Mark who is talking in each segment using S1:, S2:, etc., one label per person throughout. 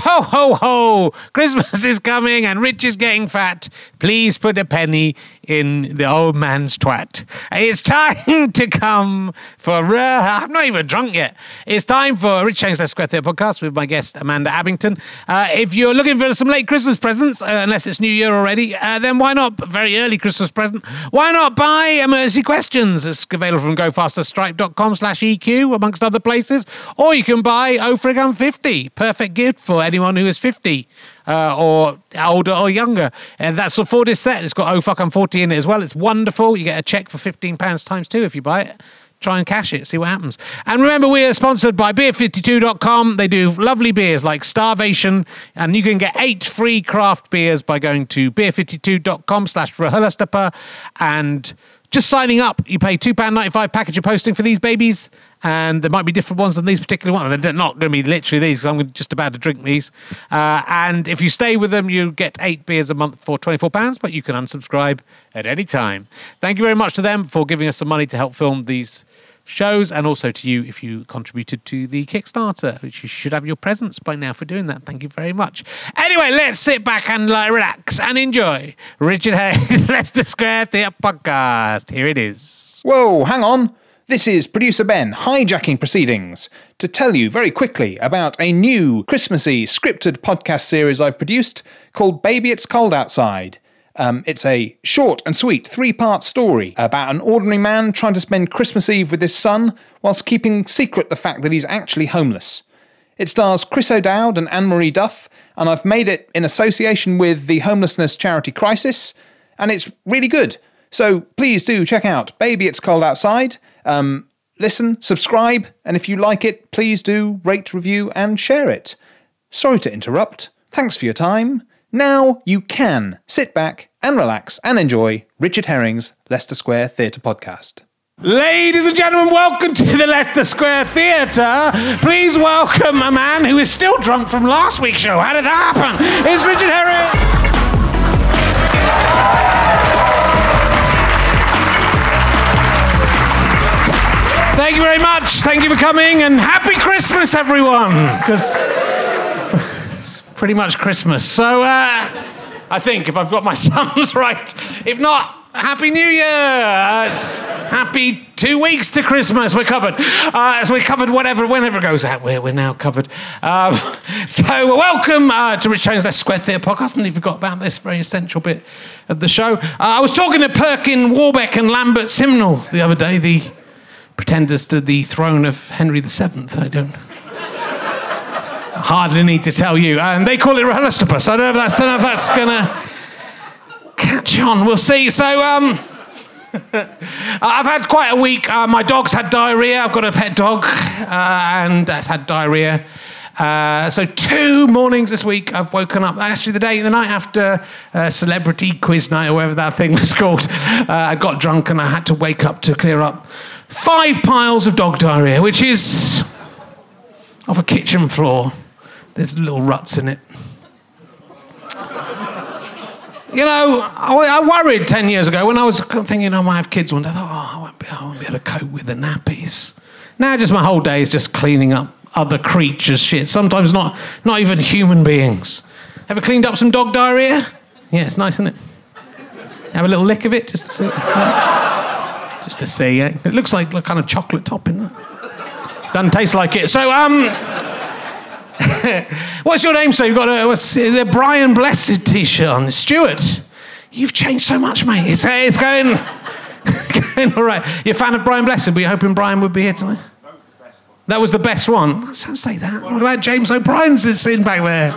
S1: Ho, ho, ho! Christmas is coming and Rich is getting fat. Please put a penny in the old man's twat. It's time to come for. Ru- I'm not even drunk yet. It's time for Rich Chang's Left Square Theatre podcast with my guest, Amanda Abington. Uh, if you're looking for some late Christmas presents, uh, unless it's New Year already, uh, then why not? Very early Christmas present. Why not buy Emergency Questions? It's available from gofasterstripe.com slash EQ, amongst other places. Or you can buy Oh Frig I'm 50, perfect gift for anyone who is 50 uh, or older or younger. And that's a four disc set. It's got Oh Fuck I'm 40 in it as well. It's wonderful. You get a check for £15 times two if you buy it try and cash it, see what happens. And remember, we are sponsored by beer52.com. They do lovely beers like Starvation, and you can get eight free craft beers by going to beer52.com slash Rahulastapa and just signing up. You pay £2.95 package of posting for these babies, and there might be different ones than these particular ones. They're not going to be literally these, 'cause I'm just about to drink these. Uh, and if you stay with them, you get eight beers a month for £24, but you can unsubscribe at any time. Thank you very much to them for giving us some money to help film these shows and also to you if you contributed to the Kickstarter, which you should have your presents by now for doing that. Thank you very much. Anyway, let's sit back and like, relax and enjoy Richard Hayes' Leicester Square Theatre podcast. Here it is.
S2: Whoa, hang on. This is producer Ben hijacking proceedings to tell you very quickly about a new Christmassy scripted podcast series I've produced called Baby It's Cold Outside. Um, it's a short and sweet three part story about an ordinary man trying to spend Christmas Eve with his son whilst keeping secret the fact that he's actually homeless. It stars Chris O'Dowd and Anne Marie Duff, and I've made it in association with the homelessness charity Crisis, and it's really good. So please do check out Baby It's Cold Outside. Um, listen, subscribe, and if you like it, please do rate, review, and share it. Sorry to interrupt. Thanks for your time. Now you can sit back and relax and enjoy Richard Herring's Leicester Square Theatre Podcast.
S1: Ladies and gentlemen, welcome to the Leicester Square Theatre. Please welcome a man who is still drunk from last week's show. How did that happen? It's Richard Herring. Thank you very much. Thank you for coming and happy Christmas, everyone. Because it's pretty much Christmas. So uh, I think if I've got my sums right, if not, Happy New Year! Uh, it's happy two weeks to Christmas. We're covered. Uh, so we're covered whatever, whenever it goes out. We're, we're now covered. Um, so welcome uh, to Rich Chang's Less Square Theatre podcast. And you forgot about this very essential bit of the show. Uh, I was talking to Perkin Warbeck and Lambert Simnel the other day, the pretenders to the throne of Henry VII. I don't hardly need to tell you. And they call it Rahulastapus. I don't know if that's, I don't know if that's going to catch on. We'll see. So, um, I've had quite a week. Uh, my dog's had diarrhea. I've got a pet dog, uh, and that's had diarrhea. Uh, so two mornings this week, I've woken up. Actually, the day, the night after uh, celebrity quiz night, or whatever that thing was called, uh, I got drunk and I had to wake up to clear up five piles of dog diarrhea, which is off a kitchen floor. There's little ruts in it. You know, I, I worried 10 years ago when I was thinking "Oh, I might have kids one day. I thought, oh, I won't, be, I won't be able to cope with the nappies. Now, just my whole day is just cleaning up other creatures' shit, sometimes not, not even human beings. Ever cleaned up some dog diarrhea? Yeah, it's nice, isn't it? Have a little lick of it just to see. just to see. Yeah. It looks like a kind of chocolate topping. doesn't it? Doesn't taste like it. So, um, what's your name? So you've got a, what's, the Brian Blessed T-shirt on. Stuart, you've changed so much, mate. It's, uh, it's going, going all right. You're a fan of Brian Blessed. Were you hoping Brian would be here tonight? That was the best one. Don't say that. What about James O'Brien's sitting back there?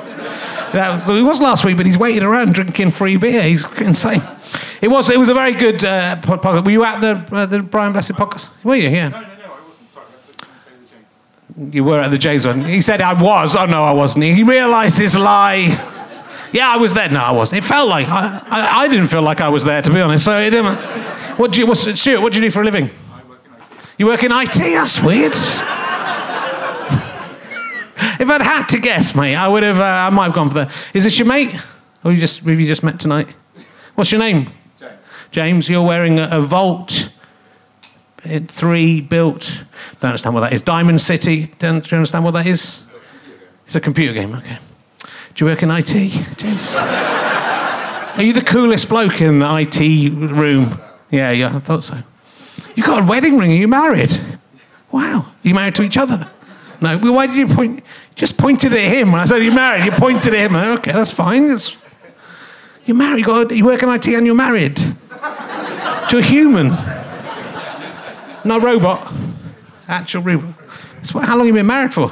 S1: That was, he was last week, but he's waiting around drinking free beer. He's insane. It was. It was a very good uh, pod- podcast. Were you at the uh, the Brian Blessed podcast? Were you? Yeah. You were at the James one. He said I was. Oh no, I wasn't. He realised his lie. Yeah, I was there. No, I wasn't. It felt like I, I, I didn't feel like I was there to be honest. So it didn't. What do you? What's, Stuart, what do you do for a living? I work in IT. You work in IT. That's weird. if I'd had to guess, mate, I would have. Uh, I might have gone for the. Is this your mate? Or you just have you just met tonight? What's your name? James. James, you're wearing a, a Vault uh, Three built. Don't understand what that is. Diamond City. Don't, do you understand what that is? It's a computer game. Okay. Do you work in IT, James? Are you the coolest bloke in the IT room? Yeah, yeah, I thought so. You got a wedding ring. Are you married? Wow. Are you married to each other? No. Well, why did you point? Just pointed at him. When I said, "Are you married?" You pointed at him. Okay, that's fine. It's, you're married. You, got, you work in IT and you're married to a human, no robot. Actual robot. That's what, how long have you been married for?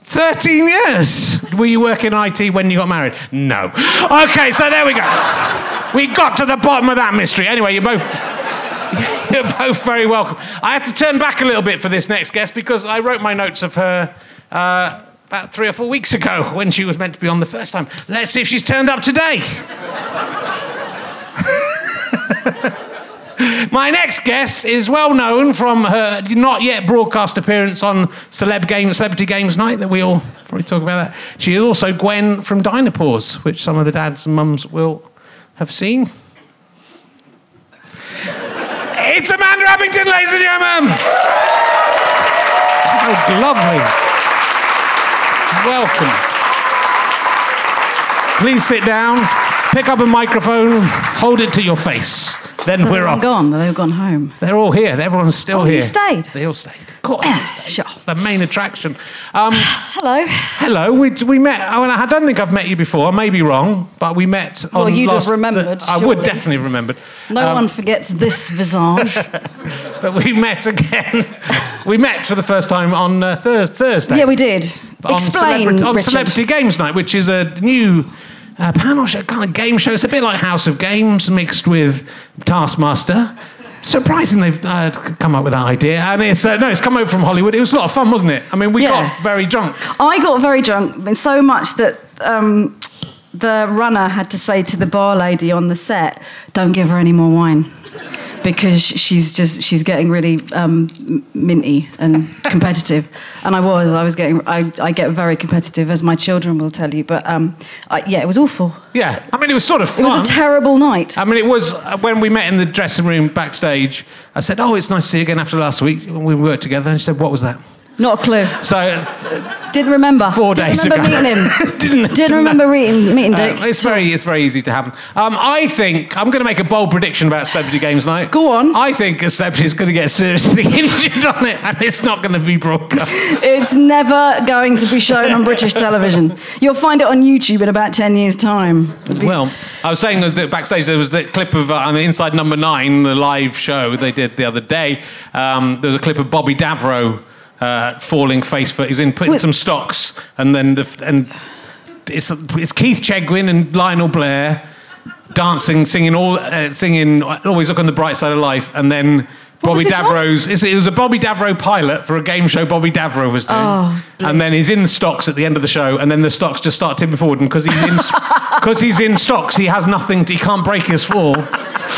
S1: 13 years. Were you working in IT when you got married? No. Okay, so there we go. We got to the bottom of that mystery. Anyway, you're both. You're both very welcome. I have to turn back a little bit for this next guest because I wrote my notes of her uh, about three or four weeks ago when she was meant to be on the first time. Let's see if she's turned up today. My next guest is well known from her not yet broadcast appearance on Celeb Games, Celebrity Games Night that we all probably talk about that. She is also Gwen from Dinopaws, which some of the dads and mums will have seen. it's Amanda Abington, ladies and gentlemen. That was lovely. Welcome. Please sit down, pick up a microphone, hold it to your face. Then
S3: So
S1: we're
S3: they've
S1: off.
S3: gone. They've gone home.
S1: They're all here. Everyone's still
S3: Oh, you
S1: here.
S3: stayed? Ah,
S1: They all stayed. Of course. they stayed.
S3: Sure.
S1: It's the main attraction. Um,
S3: Hello.
S1: hello. We, we met. I, mean, I don't think I've met you before. I may be wrong, but we met. On
S3: Well, you'd have
S1: last-
S3: remembered,
S1: I would
S3: surely.
S1: definitely have remembered.
S3: No
S1: Um,
S3: one forgets this visage.
S1: But we met again. we met for the first time on uh, Thurs Thursday.
S3: yeah, we did.
S1: on
S3: Explain,
S1: celebrity, on
S3: Richard.
S1: celebrity Games Night, which is a new uh, panel show, kind of game show. It's a bit like House of Games mixed with Taskmaster. Surprising they've uh, c- come up with that idea, and it's uh, no, it's come over from Hollywood. It was a lot of fun, wasn't it? I mean, we
S3: Yeah.
S1: got very drunk.
S3: I got very drunk, and so much that um, the runner had to say to the bar lady on the set, "Don't give her any more wine." Because she's just she's getting really um, m- minty and competitive, and I was I was getting I, I get very competitive as my children will tell you, but um, I, yeah it was awful.
S1: Yeah, I mean, it was sort of
S3: It
S1: fun.
S3: was a terrible night.
S1: I mean, it was uh, when we met in the dressing room backstage. I said, "Oh, it's nice to see you again after last week. We worked together." And she said, "What was that?"
S3: Not a clue.
S1: So uh,
S3: Didn't remember.
S1: four
S3: Didn't
S1: days
S3: remember
S1: ago.
S3: meeting him.
S1: Didn't-
S3: Didn't
S1: didn't
S3: remember meeting meeting Dick.
S1: Uh, it's very, it's very easy to happen. Um, I think I'm going to make a bold prediction about Celebrity Games Night.
S3: Go on.
S1: I think a celebrity is going to get seriously injured on it, and it's not going to be broadcast.
S3: It's never going to be shown on British television. You'll find it on YouTube in about 10 years' time. It'd be-
S1: well, I was saying that that backstage there was that clip of uh, on the Inside Number Nine, the live show they did the other day. Um, there was a clip of Bobby Davro uh, falling face first. He was in putting
S3: Wait.
S1: some stocks, and then the f- and it's it's Keith Chegwin and Lionel Blair dancing, singing all, uh, singing always look on the bright side of life, and then Bobby
S3: was this one?
S1: Davro's. it's- It was a Bobby Davro pilot for a game show Bobby Davro was doing,
S3: Oh,
S1: and then he's in the stocks at the end of the show, and then the stocks just start tipping forward, and because he's in because he's in stocks, he has nothing. To, he can't break his fall,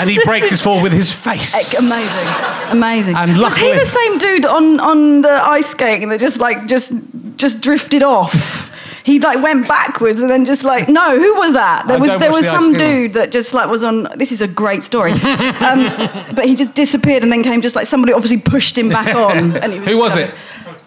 S1: and he breaks his fall with his face.
S3: Amazing, amazing.
S1: And
S3: Was he
S1: luckily-
S3: the same dude on, on the ice skating that just like just just drifted off? He like went backwards and then just like no, who was that? There
S1: I
S3: was
S1: don't
S3: there
S1: watch
S3: was
S1: the ice
S3: some
S1: skating.
S3: dude that just like was on. This is a great story, um, but he just disappeared and then came just like somebody obviously pushed him back on. And he was
S1: Who was
S3: discovered.
S1: it?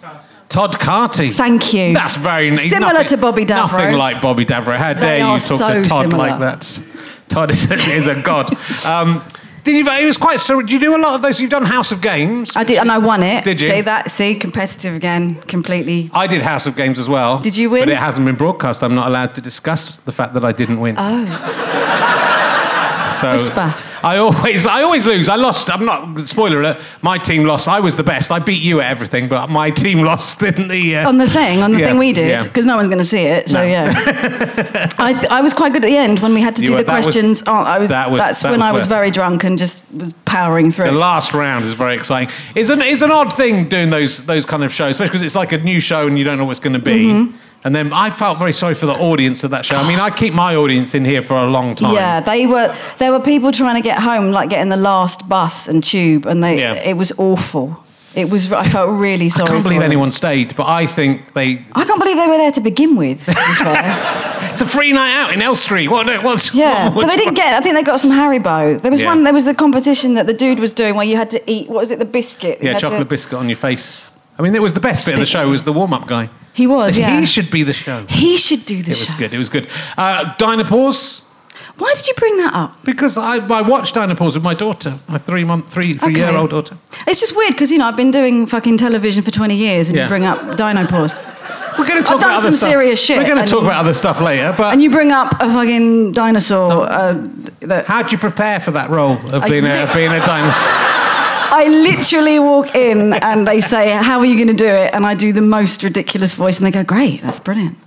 S1: Todd Carty.
S3: Thank you.
S1: That's very neat.
S3: Similar to Bobby Davro.
S1: Nothing like Bobby Davro. How dare you
S3: are
S1: talk to
S3: so
S1: Todd
S3: similar.
S1: like that? Todd is a, is a god. Um, did you? It was quite. So, do you do a lot of those? You've done House of Games.
S3: I did, and I won it.
S1: Did you?
S3: see that? See, competitive again, completely.
S1: I did House of Games as well.
S3: Did you win?
S1: But it hasn't been broadcast. I'm not allowed to discuss the fact that I didn't win.
S3: Oh,
S1: so
S3: whisper.
S1: I always, I always lose. I lost. I'm not. Spoiler alert. My team lost. I was the best. I beat you at everything, but my team lost in the. Uh,
S3: on the thing, on the
S1: Yeah,
S3: thing we did,
S1: yeah.
S3: because no one's going to see it. So
S1: No.
S3: yeah, I, I was quite good at the end when we had to
S1: You
S3: do
S1: were-
S3: the
S1: that was-
S3: questions. oh, I was,
S1: that was-
S3: that's
S1: that
S3: when
S1: was
S3: I was
S1: worth-
S3: very drunk and just was powering through.
S1: The last round is very exciting. It's an, it's an odd thing doing those those kind of shows, especially because it's like a new show and you don't know what's going to be.
S3: Mm-hmm.
S1: And then I felt very sorry for the audience of that show. I mean, I keep my audience in here for a long time.
S3: Yeah, they were. There were people trying to get home, like getting the last bus and tube, and they.
S1: Yeah.
S3: It was awful. It was. I felt really
S1: I
S3: sorry.
S1: can't
S3: for
S1: believe
S3: them.
S1: anyone stayed, but I think they.
S3: I can't believe they were there to begin with. to be fair.
S1: It's a free night out in Elstree. What? What's,
S3: Yeah,
S1: what,
S3: but they didn't get. I think they got some Haribo. There was
S1: Yeah.
S3: one. There was the competition that the dude was doing where you had to eat. What was it? The biscuit. You
S1: Yeah,
S3: had to-
S1: chocolate biscuit on your face. I mean, it was the best bit of the show. Was the warm up guy?
S3: He was, yeah.
S1: He should be the show.
S3: He should do the
S1: It was
S3: show.
S1: good. It was good. Uh, Dinosaurs.
S3: Why did you bring that up?
S1: Because I, I watched Dinosaurs with my daughter, my three month, three three
S3: Okay.
S1: year old daughter.
S3: It's just weird because you know I've been doing fucking television for 20 years, and
S1: Yeah.
S3: you bring up Dino Pause,
S1: We're going to talk
S3: done
S1: about other
S3: some
S1: stuff.
S3: serious shit,
S1: We're going
S3: and-
S1: to talk about other stuff later. But
S3: and you bring up a fucking dinosaur. Uh, that
S1: how do you prepare for that role of
S3: I
S1: being a,
S3: think-
S1: of being a dinosaur?
S3: I literally walk in and they say, "How are you going to do it?" And I do the most ridiculous voice, and they go, "Great, that's brilliant."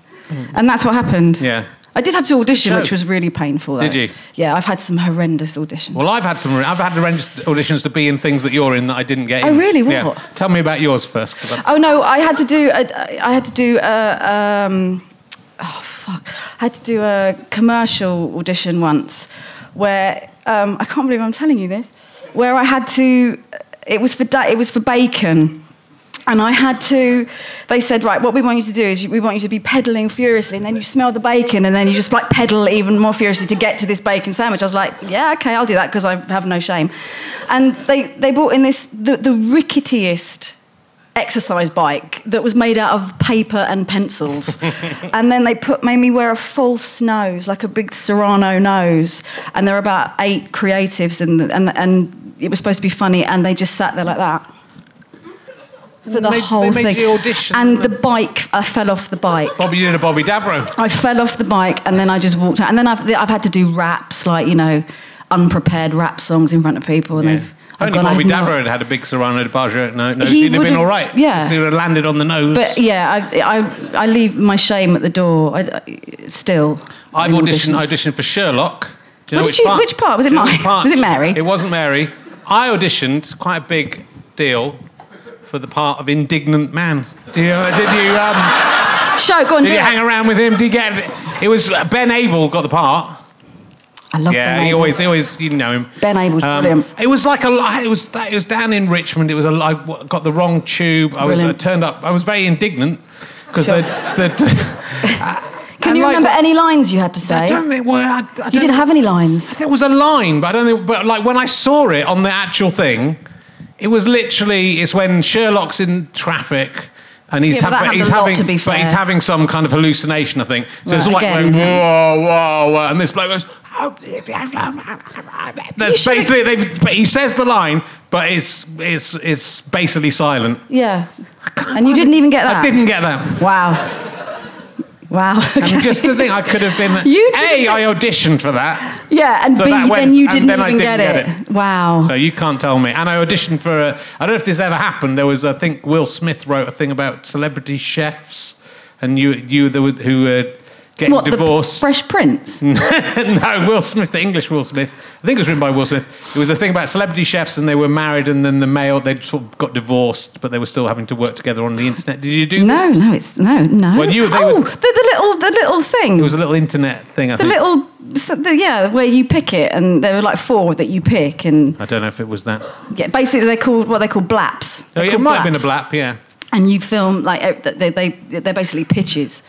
S3: And that's what happened.
S1: Mm. Yeah.
S3: I did have to audition,
S1: Show.
S3: which was really painful. Though.
S1: Did you?
S3: Yeah, I've had some horrendous auditions.
S1: Well, I've had some. I've had horrendous auditions to be in things that you're in that I didn't get.
S3: Oh,
S1: in.
S3: really?
S1: Yeah.
S3: What?
S1: Tell me about yours first. 'cause I-
S3: Oh no, I had to do. A, I had to do. A, um, oh fuck! I had to do a commercial audition once, where um, I can't believe I'm telling you this. Where I had to. It was for. da- It was for bacon. And I had to, they said, right, what we want you to do is you- we want you to be pedaling furiously, and then you smell the bacon, and then you just like pedal even more furiously to get to this bacon sandwich. I was like, yeah, okay, I'll do that because I have no shame. And they, they brought in this, the, the ricketiest exercise bike that was made out of paper and pencils. and then they put made me wear a false nose, like a big Serrano nose. And there were about eight creatives, and and and it was supposed to be funny, and they just sat there like that. For the
S1: They- they
S3: whole
S1: made
S3: thing,
S1: you audition.
S3: and the bike, I fell off the bike.
S1: Bobby, you did a Bobby Davro.
S3: I fell off the bike and then I just walked out. And then I've, I've had to do raps, like, you know, unprepared rap songs in front of people. And
S1: Yeah.
S3: they've, I've
S1: Only
S3: gone,
S1: Bobby
S3: "I've not-
S1: Davro had had a big Serrano DiBaggio. No, no,
S3: He
S1: he'd have been
S3: would've-
S1: all right.
S3: yeah.
S1: Just he would have landed on the nose.
S3: But yeah, I, I, I leave my shame at the door. I, I- still.
S1: I've
S3: in
S1: auditioned. I
S3: auditions.
S1: auditioned for Sherlock. Do you know
S3: What did
S1: which
S3: you-
S1: part?
S3: which part? Was it
S1: Do you know
S3: mine?
S1: which part?
S3: Was it Mary?
S1: It wasn't Mary. I auditioned. Quite a big deal for the part of indignant man. Do you, did you? Um,
S3: Show, go on,
S1: did
S3: do
S1: you
S3: it.
S1: hang around with him? Did you get? It was uh, Ben Abel got the part.
S3: I love
S1: Yeah,
S3: Ben
S1: he
S3: Abel.
S1: always, Um, he always, you know him.
S3: Ben Abel's brilliant.
S1: It was like a, li- it was, it was down in Richmond. It was a, li- I w- got the wrong tube. I was I
S3: Brilliant.
S1: turned up. I was very indignant because
S3: Sure.
S1: the,
S3: Can you remember any lines you had to say?
S1: I don't think. Well, I, I don't
S3: you didn't have any lines.
S1: There was a line, but I don't think. But like when I saw it on the actual thing, it was literally. It's when Sherlock's in traffic. And he's,
S3: Yeah, but that
S1: hav-
S3: happened
S1: he's
S3: a lot,
S1: having,
S3: to be
S1: but he's
S3: fair.
S1: having some kind of hallucination, I think. So it's
S3: Right,
S1: like,
S3: again.
S1: going, whoa, whoa, whoa, and this bloke goes. "Oh, That's
S3: should've-
S1: basically. They've, but he says the line, but it's it's it's basically silent.
S3: Yeah. And you didn't even get that?
S1: I didn't get that.
S3: Wow. Wow.
S1: And just to think, I could have been.
S3: You
S1: a,
S3: didn't-
S1: I auditioned for that.
S3: yeah, and
S1: So
S3: B,
S1: that went-
S3: then you
S1: and
S3: didn't
S1: then I
S3: even
S1: didn't
S3: get, it.
S1: get
S3: Wow.
S1: So you can't tell me. And I auditioned for a. I don't know if this ever happened. There was, I think, Will Smith wrote a thing about celebrity chefs, and you, you the, who were getting
S3: what,
S1: divorced.
S3: the Fresh Prince?
S1: no, Will Smith, the English Will Smith. I think it was written by Will Smith. It was a thing about celebrity chefs, and they were married, and then the male they sort of got divorced, but they were still having to work together on the internet. Did you do
S3: No,
S1: this?
S3: no, it's no, no.
S1: Well, you- they
S3: oh,
S1: would-
S3: the, the little, the little thing.
S1: It was a little internet thing. I
S3: the
S1: think.
S3: little, so the, yeah, where you pick it, and there were like four that you pick, and
S1: I don't know if it was that.
S3: yeah, basically they're called what they call blaps.
S1: Oh,
S3: They're
S1: it
S3: called
S1: might have been a
S3: blaps.
S1: blap, yeah.
S3: And you film like eh, they, they, they they're basically pitches.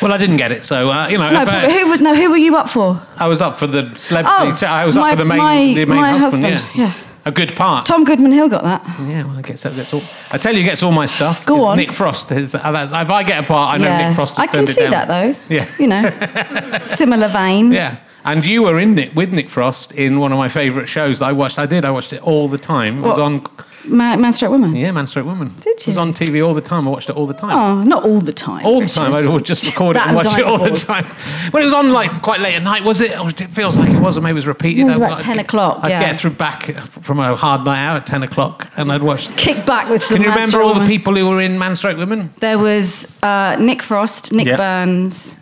S1: Well, I didn't get it, so uh, you know.
S3: No,
S1: if, uh,
S3: but who would? No, who were you up for?
S1: I was up for the
S3: Oh,
S1: celebrity. I was up
S3: my-
S1: for the main,
S3: my-
S1: the main
S3: my
S1: husband.
S3: husband, yeah.
S1: a good part.
S3: Tom Goodman Hill got that.
S1: Yeah, well, I guess that gets all. I tell you, he gets all my stuff.
S3: Go
S1: It's
S3: on.
S1: Nick Frost. Is, uh, that's, if I get a part, I know
S3: yeah,
S1: Nick Frost. Has
S3: I can
S1: turned it
S3: see
S1: down.
S3: that though.
S1: Yeah,
S3: you know, similar vein.
S1: yeah. And you were in Nick with Nick Frost in one of my favourite shows that I watched. I did. I watched it all the time. It was
S3: What?
S1: on.
S3: Ma- man, stroke woman.
S1: Yeah, Man Stroke Woman.
S3: Did
S1: It was
S3: you?
S1: on TV all the time. I watched it all the time.
S3: Oh, not all the time.
S1: All the
S3: Richard.
S1: time, I would just record it
S3: That
S1: and
S3: and
S1: watch it all the
S3: Dinosaurs.
S1: time. But it was on like quite late at night, was it? Or it feels like it was, or maybe it was repeated.
S3: It was about
S1: I'd-
S3: 10 o'clock,
S1: I'd
S3: yeah.
S1: get through back uh, from a hard night out at ten o'clock, and I'd watch.
S3: Kick back with some.
S1: Can you
S3: Man
S1: remember
S3: Stroke
S1: all the
S3: Woman.
S1: people who were in Man Stroke Women?
S3: There was uh, Nick Frost, Nick
S1: Yeah.
S3: Burns,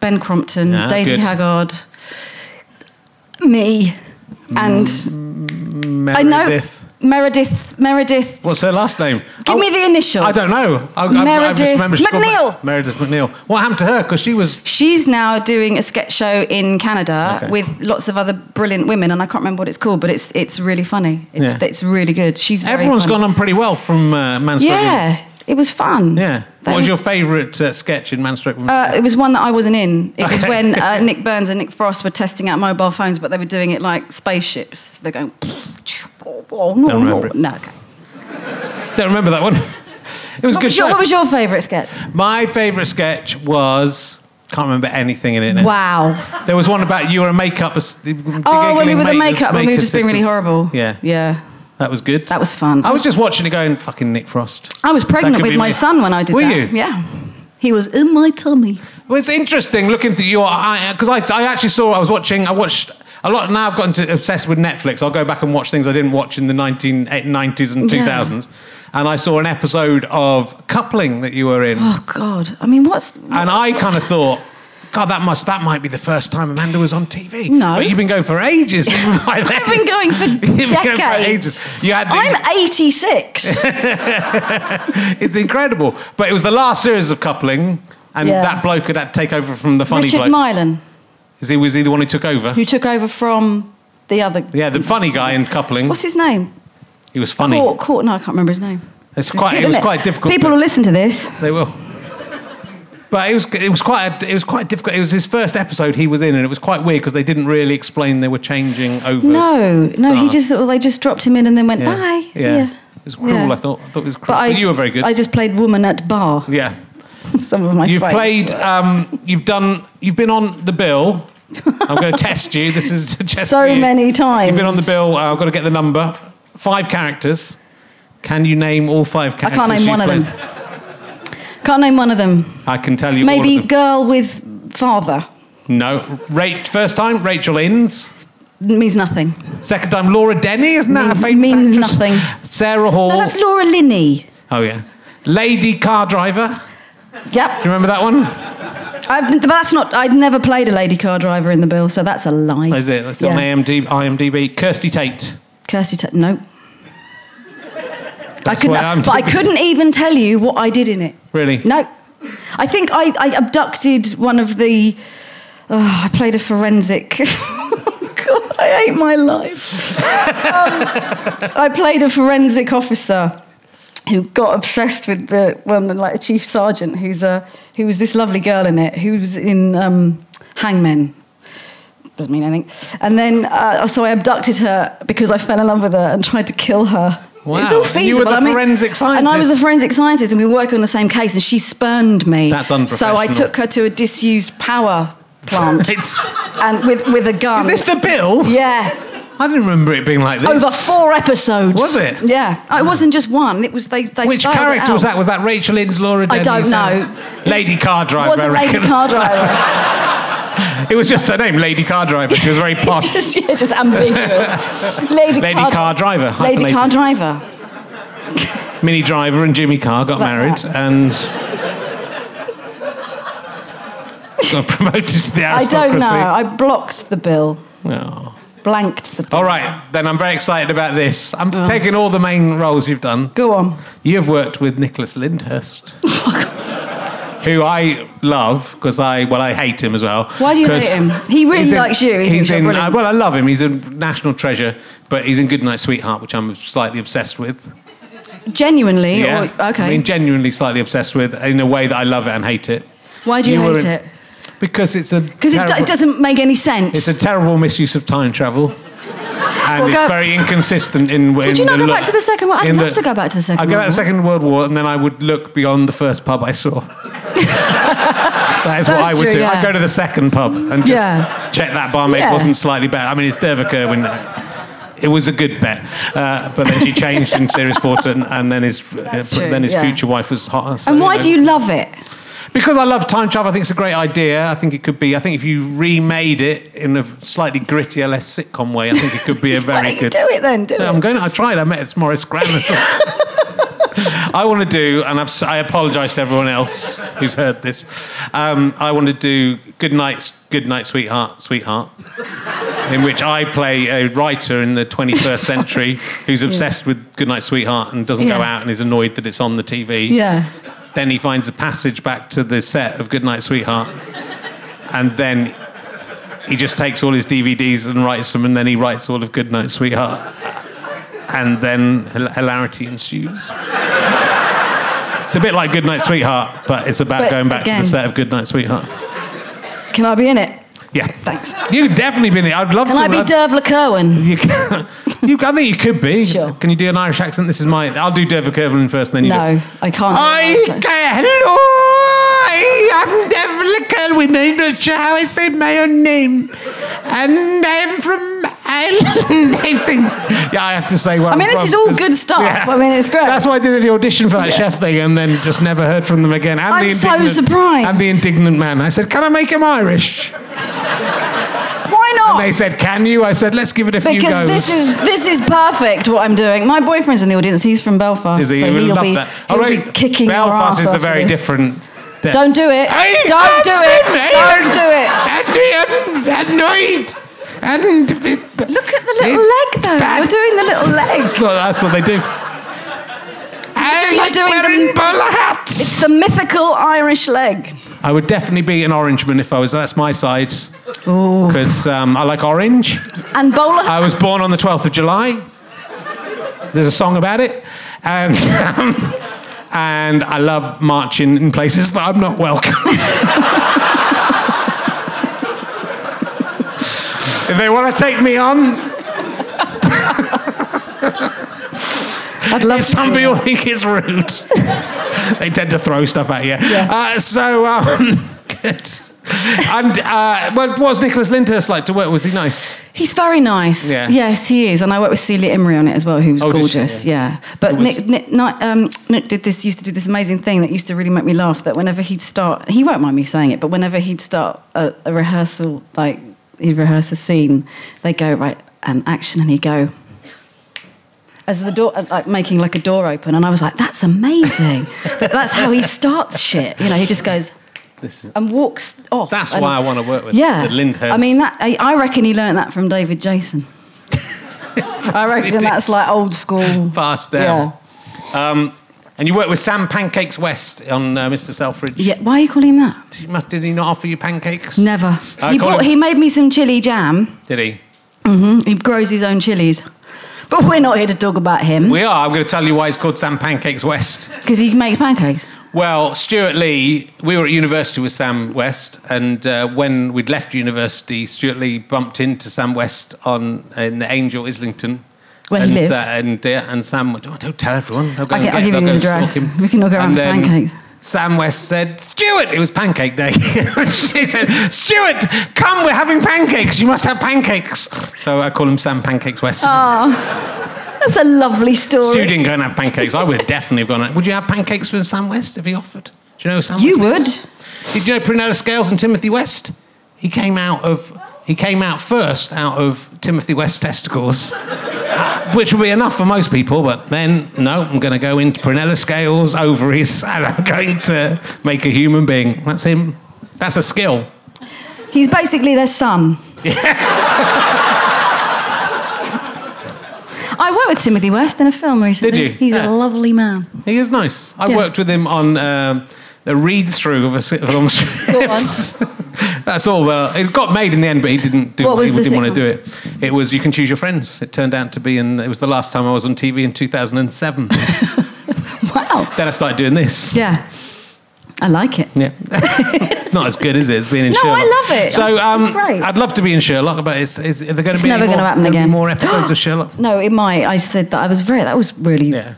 S3: Ben Crompton,
S1: Yeah,
S3: Daisy
S1: good.
S3: Haggard, me, and I know
S1: Mm. Meredith.
S3: Meredith. Meredith.
S1: What's her last name?
S3: Give me the initial.
S1: I don't know. I, I, I just
S3: Meredith
S1: remember she got-
S3: McNeil.
S1: Meredith McNeil. What happened to her? Because she was.
S3: She's now doing a sketch show in Canada
S1: Okay.
S3: with lots of other brilliant women, and I can't remember what it's called, but it's it's really funny. It's
S1: Yeah.
S3: it's really good. She's very
S1: Everyone's
S3: funny.
S1: gone on pretty well from uh, Man Stroke Women.
S3: Yeah, it was fun.
S1: Yeah.
S3: They
S1: What was
S3: were-
S1: your favourite uh, sketch in Man Stroke Women?
S3: Uh, it was one that I wasn't in. It was
S1: Okay.
S3: when uh, Nick Burns and Nick Frost were testing out mobile phones, but they were doing it like spaceships. So they're going. Oh, no,
S1: Don't
S3: no,
S1: remember it.
S3: no. okay.
S1: Don't remember that one. It was a good
S3: What was, your,
S1: show.
S3: what was your favourite sketch?
S1: My favourite sketch was. Can't remember anything in it now.
S3: Wow.
S1: There was one about you were a makeup. ass-
S3: Oh, when we
S1: giggling
S3: were the
S1: make-
S3: makeup, when we
S1: make
S3: were just being really
S1: assistants.
S3: horrible.
S1: Yeah.
S3: Yeah.
S1: That was good.
S3: That was fun.
S1: I was just watching it going, fucking Nick Frost.
S3: I was
S1: could
S3: pregnant
S1: be
S3: with my
S1: me.
S3: son when I did
S1: Were
S3: that.
S1: you?
S3: Yeah. He was in my tummy.
S1: Well, it's interesting looking through your eye because I, I actually saw I was watching. I watched a lot. Now I've gotten to, obsessed with Netflix. I'll go back and watch things I didn't watch in the 1990s and
S3: Yeah.
S1: 2000s. And I saw an episode of Coupling that you were in,
S3: Oh God. I mean, what's
S1: and I kind of thought. God, that must that might be the first time Amanda was on TV.
S3: No.
S1: but you've been going for ages. I've
S3: I've been going for
S1: been
S3: decades.
S1: going for ages. You had the-
S3: I'm 86.
S1: It's incredible. But it was the last series of Coupling, and
S3: Yeah.
S1: that bloke had had to take over from the funny
S3: Richard
S1: bloke.
S3: Mylan,
S1: Is he was he the one who took over?
S3: who took over from the other.
S1: Yeah, the funny guy in Coupling.
S3: What's his name?
S1: He was funny.
S3: Court. Court. No, I can't remember his name.
S1: It's quite.
S3: good,
S1: it was
S3: isn't
S1: quite difficult.
S3: People
S1: to-
S3: will listen to this.
S1: They will. But it was it was quite a, it was quite difficult. It was his first episode he was in, and it was quite weird because they didn't really explain they were changing over.
S3: No, no, he
S1: stars.
S3: just well, they just dropped him in and then went
S1: Yeah.
S3: bye. See
S1: Yeah.
S3: ya."
S1: It was cruel.
S3: Yeah.
S1: I thought. I thought it was cruel.
S3: But I,
S1: you were very good.
S3: I just played woman at bar.
S1: yeah.
S3: Some of my
S1: You've
S3: friends
S1: played.
S3: were.
S1: Um, you've done. You've been on the bill. I'm going to test you. This is a test
S3: so
S1: for you.
S3: many times.
S1: You've been on the bill. Uh, I've got to get the number. Five characters. Can you name all five
S3: I
S1: characters?
S3: can't name
S1: you
S3: one of
S1: played?
S3: them. Can't name one of them.
S1: I can tell you. all of
S3: Maybe
S1: them.
S3: girl with father
S1: No. Rate first time, Rachel Innes.
S3: means nothing.
S1: Second time, Laura Denny, isn't that
S3: Means-
S1: her famous
S3: means
S1: actress?
S3: nothing.
S1: Sarah Hall.
S3: No, that's Laura Linney.
S1: oh yeah. Lady Car Driver. Do
S3: Yep.
S1: you remember that one?
S3: I've, but that's not. I'd never played a lady car driver in the bill, so that's a lie.
S1: That Oh, is it. That's on IMD, IMDb. Kirsty Tate.
S3: Kirsty. Ta- no. I
S1: That's
S3: couldn't.
S1: why I'm
S3: But I
S1: doing this.
S3: couldn't even tell you what I did in it.
S1: Really?
S3: No. I think I, I abducted one of the. Oh, I played a forensic. God, I hate my life. Um, I played a forensic officer who got obsessed with the woman, like a chief sergeant, who's a who was this lovely girl in it, who was in um, Hangmen. Doesn't mean anything. And then, uh, so I abducted her because I fell in love with her and tried to kill her.
S1: Wow.
S3: It's all
S1: And
S3: feasible.
S1: you were the
S3: I mean-
S1: forensic
S3: And I was
S1: scientist.
S3: a forensic scientist, and we were working on the same case, and she spurned me.
S1: That's unprofessional.
S3: So I took her to a disused power plant
S1: It's,
S3: and with, with a gun.
S1: is this the bill?
S3: yeah.
S1: I didn't remember it being like this.
S3: Over four episodes.
S1: Was it?
S3: Yeah. It wasn't just one. It was they. they
S1: Which
S3: styled it
S1: character
S3: out.
S1: was that? Was that Rachel Innes, Laura
S3: I
S1: Denny?
S3: don't
S1: Sarah-
S3: know.
S1: Lady Car Driver.
S3: It wasn't
S1: I reckon.
S3: Lady Car Driver.
S1: It was just her name, Lady Car Driver. She was very posh.
S3: just, yeah, just ambiguous. Lady,
S1: Lady Car Driver,
S3: Lady Car
S1: hyphenated.
S3: Driver.
S1: Minnie Driver and Jimmy Carr got
S3: Like
S1: married
S3: that.
S1: and got promoted to the
S3: I
S1: aristocracy.
S3: don't know. I blocked the bill.
S1: Oh.
S3: Blanked the bill.
S1: All right, then I'm very excited about this. I'm
S3: Oh.
S1: taking all the main roles you've done.
S3: Go on.
S1: You've worked with Nicholas Lyndhurst. Who I love because I well I hate him as well.
S3: Why do you
S1: 'cause
S3: hate him? He really
S1: he's in-
S3: likes you. He thinks
S1: he's
S3: you're
S1: in
S3: brilliant.
S1: uh, well I love him. He's a national treasure, but he's in Goodnight Sweetheart, which I'm slightly obsessed with.
S3: Genuinely.
S1: Yeah.
S3: Or, okay.
S1: I mean, genuinely slightly obsessed with in a way that I love it and hate it.
S3: Why do you,
S1: you were
S3: hate
S1: in-
S3: it?
S1: Because it's a
S3: Because it, do-
S1: terrible-
S3: it doesn't make any sense.
S1: It's a terrible misuse of time travel. And
S3: Well,
S1: it's
S3: go-
S1: very inconsistent in. Would
S3: you not go back to the Second World- I'd love to go back to the Second
S1: I'd go back to the
S3: World War.
S1: Second World War, and then I would look beyond the first pub I saw. that is what
S3: That's
S1: I would
S3: true,
S1: do.
S3: yeah.
S1: I'd go to the second pub and just
S3: Yeah.
S1: check that barmaid
S3: Yeah.
S1: wasn't slightly better. I mean, it's Derva Kerwin. It was a good bet, uh, but then she changed in Series Four, to, and then his uh,
S3: That's true,
S1: then his
S3: yeah.
S1: future wife was hot. so,
S3: and why
S1: know.
S3: do you love it?
S1: Because I love time travel, I think it's a great idea. I think it could be. I think if you remade it in a slightly grittier, less sitcom way, I think it could be a
S3: Why
S1: very
S3: don't you
S1: good. Um,
S3: do it then? Do
S1: No,
S3: it.
S1: I'm going. I tried. I met Morris Granville. I want to do, and I've, si apologise to everyone else who's heard this. Um, I want to do Good Night, Good Night, Sweetheart, Sweetheart, in which I play a writer in the 21st century who's obsessed with Good Night, Sweetheart, and doesn't go
S3: Yeah.
S1: out and is annoyed that it's on the TV.
S3: Yeah.
S1: Then he finds a passage back to the set of Goodnight Sweetheart. And then he just takes all his DVDs and writes them, and then he writes all of Goodnight Sweetheart. And then hil- hilarity ensues. it's a bit like Goodnight Sweetheart, but it's about
S3: But
S1: going back
S3: again-
S1: to the set of Goodnight Sweetheart.
S3: Can I be in it?
S1: Yeah.
S3: Thanks.
S1: You've definitely been. I'd love
S3: Can
S1: to.
S3: I be
S1: I'd-
S3: Dervla Kerwin?
S1: You can, you, I think you could be.
S3: Sure.
S1: Can you do an Irish accent? This is my. I'll do Derva Kervlin first, and then you do.
S3: No, I can't.
S1: I ca- hello. I- I'm Derva Kervlin. I'm not sure how I say my own name, and I'm from Ireland. I think. Yeah, I have to say what.
S3: I mean, this is all good stuff. I mean, it's great.
S1: That's why I did the audition for that chef thing, and then just never heard from them again. And
S3: I'm
S1: the
S3: so
S1: indignant-
S3: surprised.
S1: And the indignant man. I said, "Can I make him Irish?"
S3: Why not?
S1: They said, "Can you?" I said, "Let's give it a few
S3: Oh. Because
S1: goes."
S3: this is this is perfect what I'm doing. My boyfriend's in the audience. He's from Belfast,
S1: Is he?
S3: so
S1: You would
S3: he'll
S1: love
S3: be,
S1: that.
S3: he'll
S1: oh,
S3: be
S1: wait.
S3: kicking your
S1: Belfast
S3: ass
S1: is a
S3: after
S1: very
S3: this.
S1: different. de-
S3: Don't do it.
S1: Hey,
S3: Don't do it. Don't do it.
S1: And annoyed. And
S3: Look at the little leg, though.
S1: bad.
S3: You're doing the little leg.
S1: That's what, that's what they do. I
S3: you're
S1: like
S3: doing the-
S1: wearing bowler hats.
S3: It's the mythical Irish leg.
S1: I would definitely be an orangeman if I was. That's my side. Because um, I like orange.
S3: And bowler.
S1: I was born on the 12th of July. There's a song about it. And, um, and I love marching in places that I'm not welcome. if they want to take me on,
S3: I'd love to.
S1: some people think it's rude. they tend to throw stuff at you. Uh, so, um, good. And, uh, well, what was Nicholas Lyndhurst like to work? Was he nice?
S3: He's very nice.
S1: Yeah.
S3: Yes, he is. And I worked with Celia Imrie on it as well, who was
S1: Oh, did she?
S3: gorgeous. Yeah. But
S1: was-
S3: Nick, Nick, Nick, um, Nick did this, used to do this amazing thing that used to really make me laugh that whenever he'd start, he won't mind me saying it, but whenever he'd start a, a rehearsal, like he'd rehearse a scene, they'd go, right, and action, and he'd go, as the door, uh, like making like a door open. And I was like, that's amazing. That- that's how he starts shit. You know, he just goes,
S1: This is,
S3: and walks off.
S1: That's
S3: And-
S1: why I wanna work with
S3: yeah.
S1: the Lyndhurst.
S3: I mean, that, I, I reckon he learnt that from David Jason. I reckon
S1: did.
S3: that's like old school.
S1: fast down. Um, and you worked with Sam Pancakes West on uh, Mr. Selfridge.
S3: Yeah. Why are you calling him that?
S1: Did, he- must- did he not offer you pancakes?
S3: Never.
S1: Uh,
S3: he,
S1: call
S3: bought,
S1: him-
S3: he made me some chili jam.
S1: Did he?
S3: Mm, He grows his own chilies. But we're not here to talk about him
S1: We are. I'm going to tell you why it's called Sam Pancakes West.
S3: because he makes pancakes.
S1: Well, Stuart Lee, we were at university with Sam West, and uh, when we'd left university, Stuart Lee bumped into Sam West on in the Angel Islington.
S3: Where he
S1: and,
S3: lives.
S1: Uh, and, uh, and Sam went, oh, don't tell everyone. They'll go
S3: Okay,
S1: and
S3: I'll
S1: get,
S3: give
S1: they'll
S3: you
S1: go
S3: the
S1: and
S3: address.
S1: stalk him."
S3: We can all go
S1: And
S3: around for
S1: then
S3: pancakes.
S1: Sam West said, Stuart, it was pancake day. she said, Stuart, come, we're having pancakes. You must have pancakes. So I call him Sam Pancakes West.
S3: Oh, That's a lovely story.
S1: Stu didn't go and have pancakes. I would definitely have gone. and- Would you have pancakes with Sam West if he offered? Do you know who Sam?
S3: You
S1: West is? Did you know Prunella Scales and Timothy West? He came out of he came out first out of Timothy West's testicles, which would be enough for most people. But then no, I'm going to go into Prunella Scales ovaries and I'm going to make a human being. That's him. That's a skill.
S3: He's basically their son. I worked with Timothy West in a film recently.
S1: you?
S3: He's
S1: Yeah.
S3: a lovely man.
S1: He is nice. I
S3: Yeah.
S1: worked with him on um, the read through of a film strips. That's all. Well, it got made in the end, but he didn't do.
S3: What was
S1: he
S3: the
S1: didn't want to
S3: sitcom?
S1: do it. It was you can choose your friends. It turned out to be, and it was the last time I was on TV in 2007. then
S3: Wow.
S1: I started doing this.
S3: Yeah. I like it.
S1: Yeah, not as good as it? It's being in
S3: No,
S1: Sherlock.
S3: I love it.
S1: So um,
S3: It's great.
S1: I'd love to be in Sherlock, but it's, it's, are there going to
S3: It's
S1: be any more,
S3: never going to happen
S1: gonna be
S3: again.
S1: More episodes of Sherlock.
S3: No, it might. I said that I was very. That was really
S1: Yeah.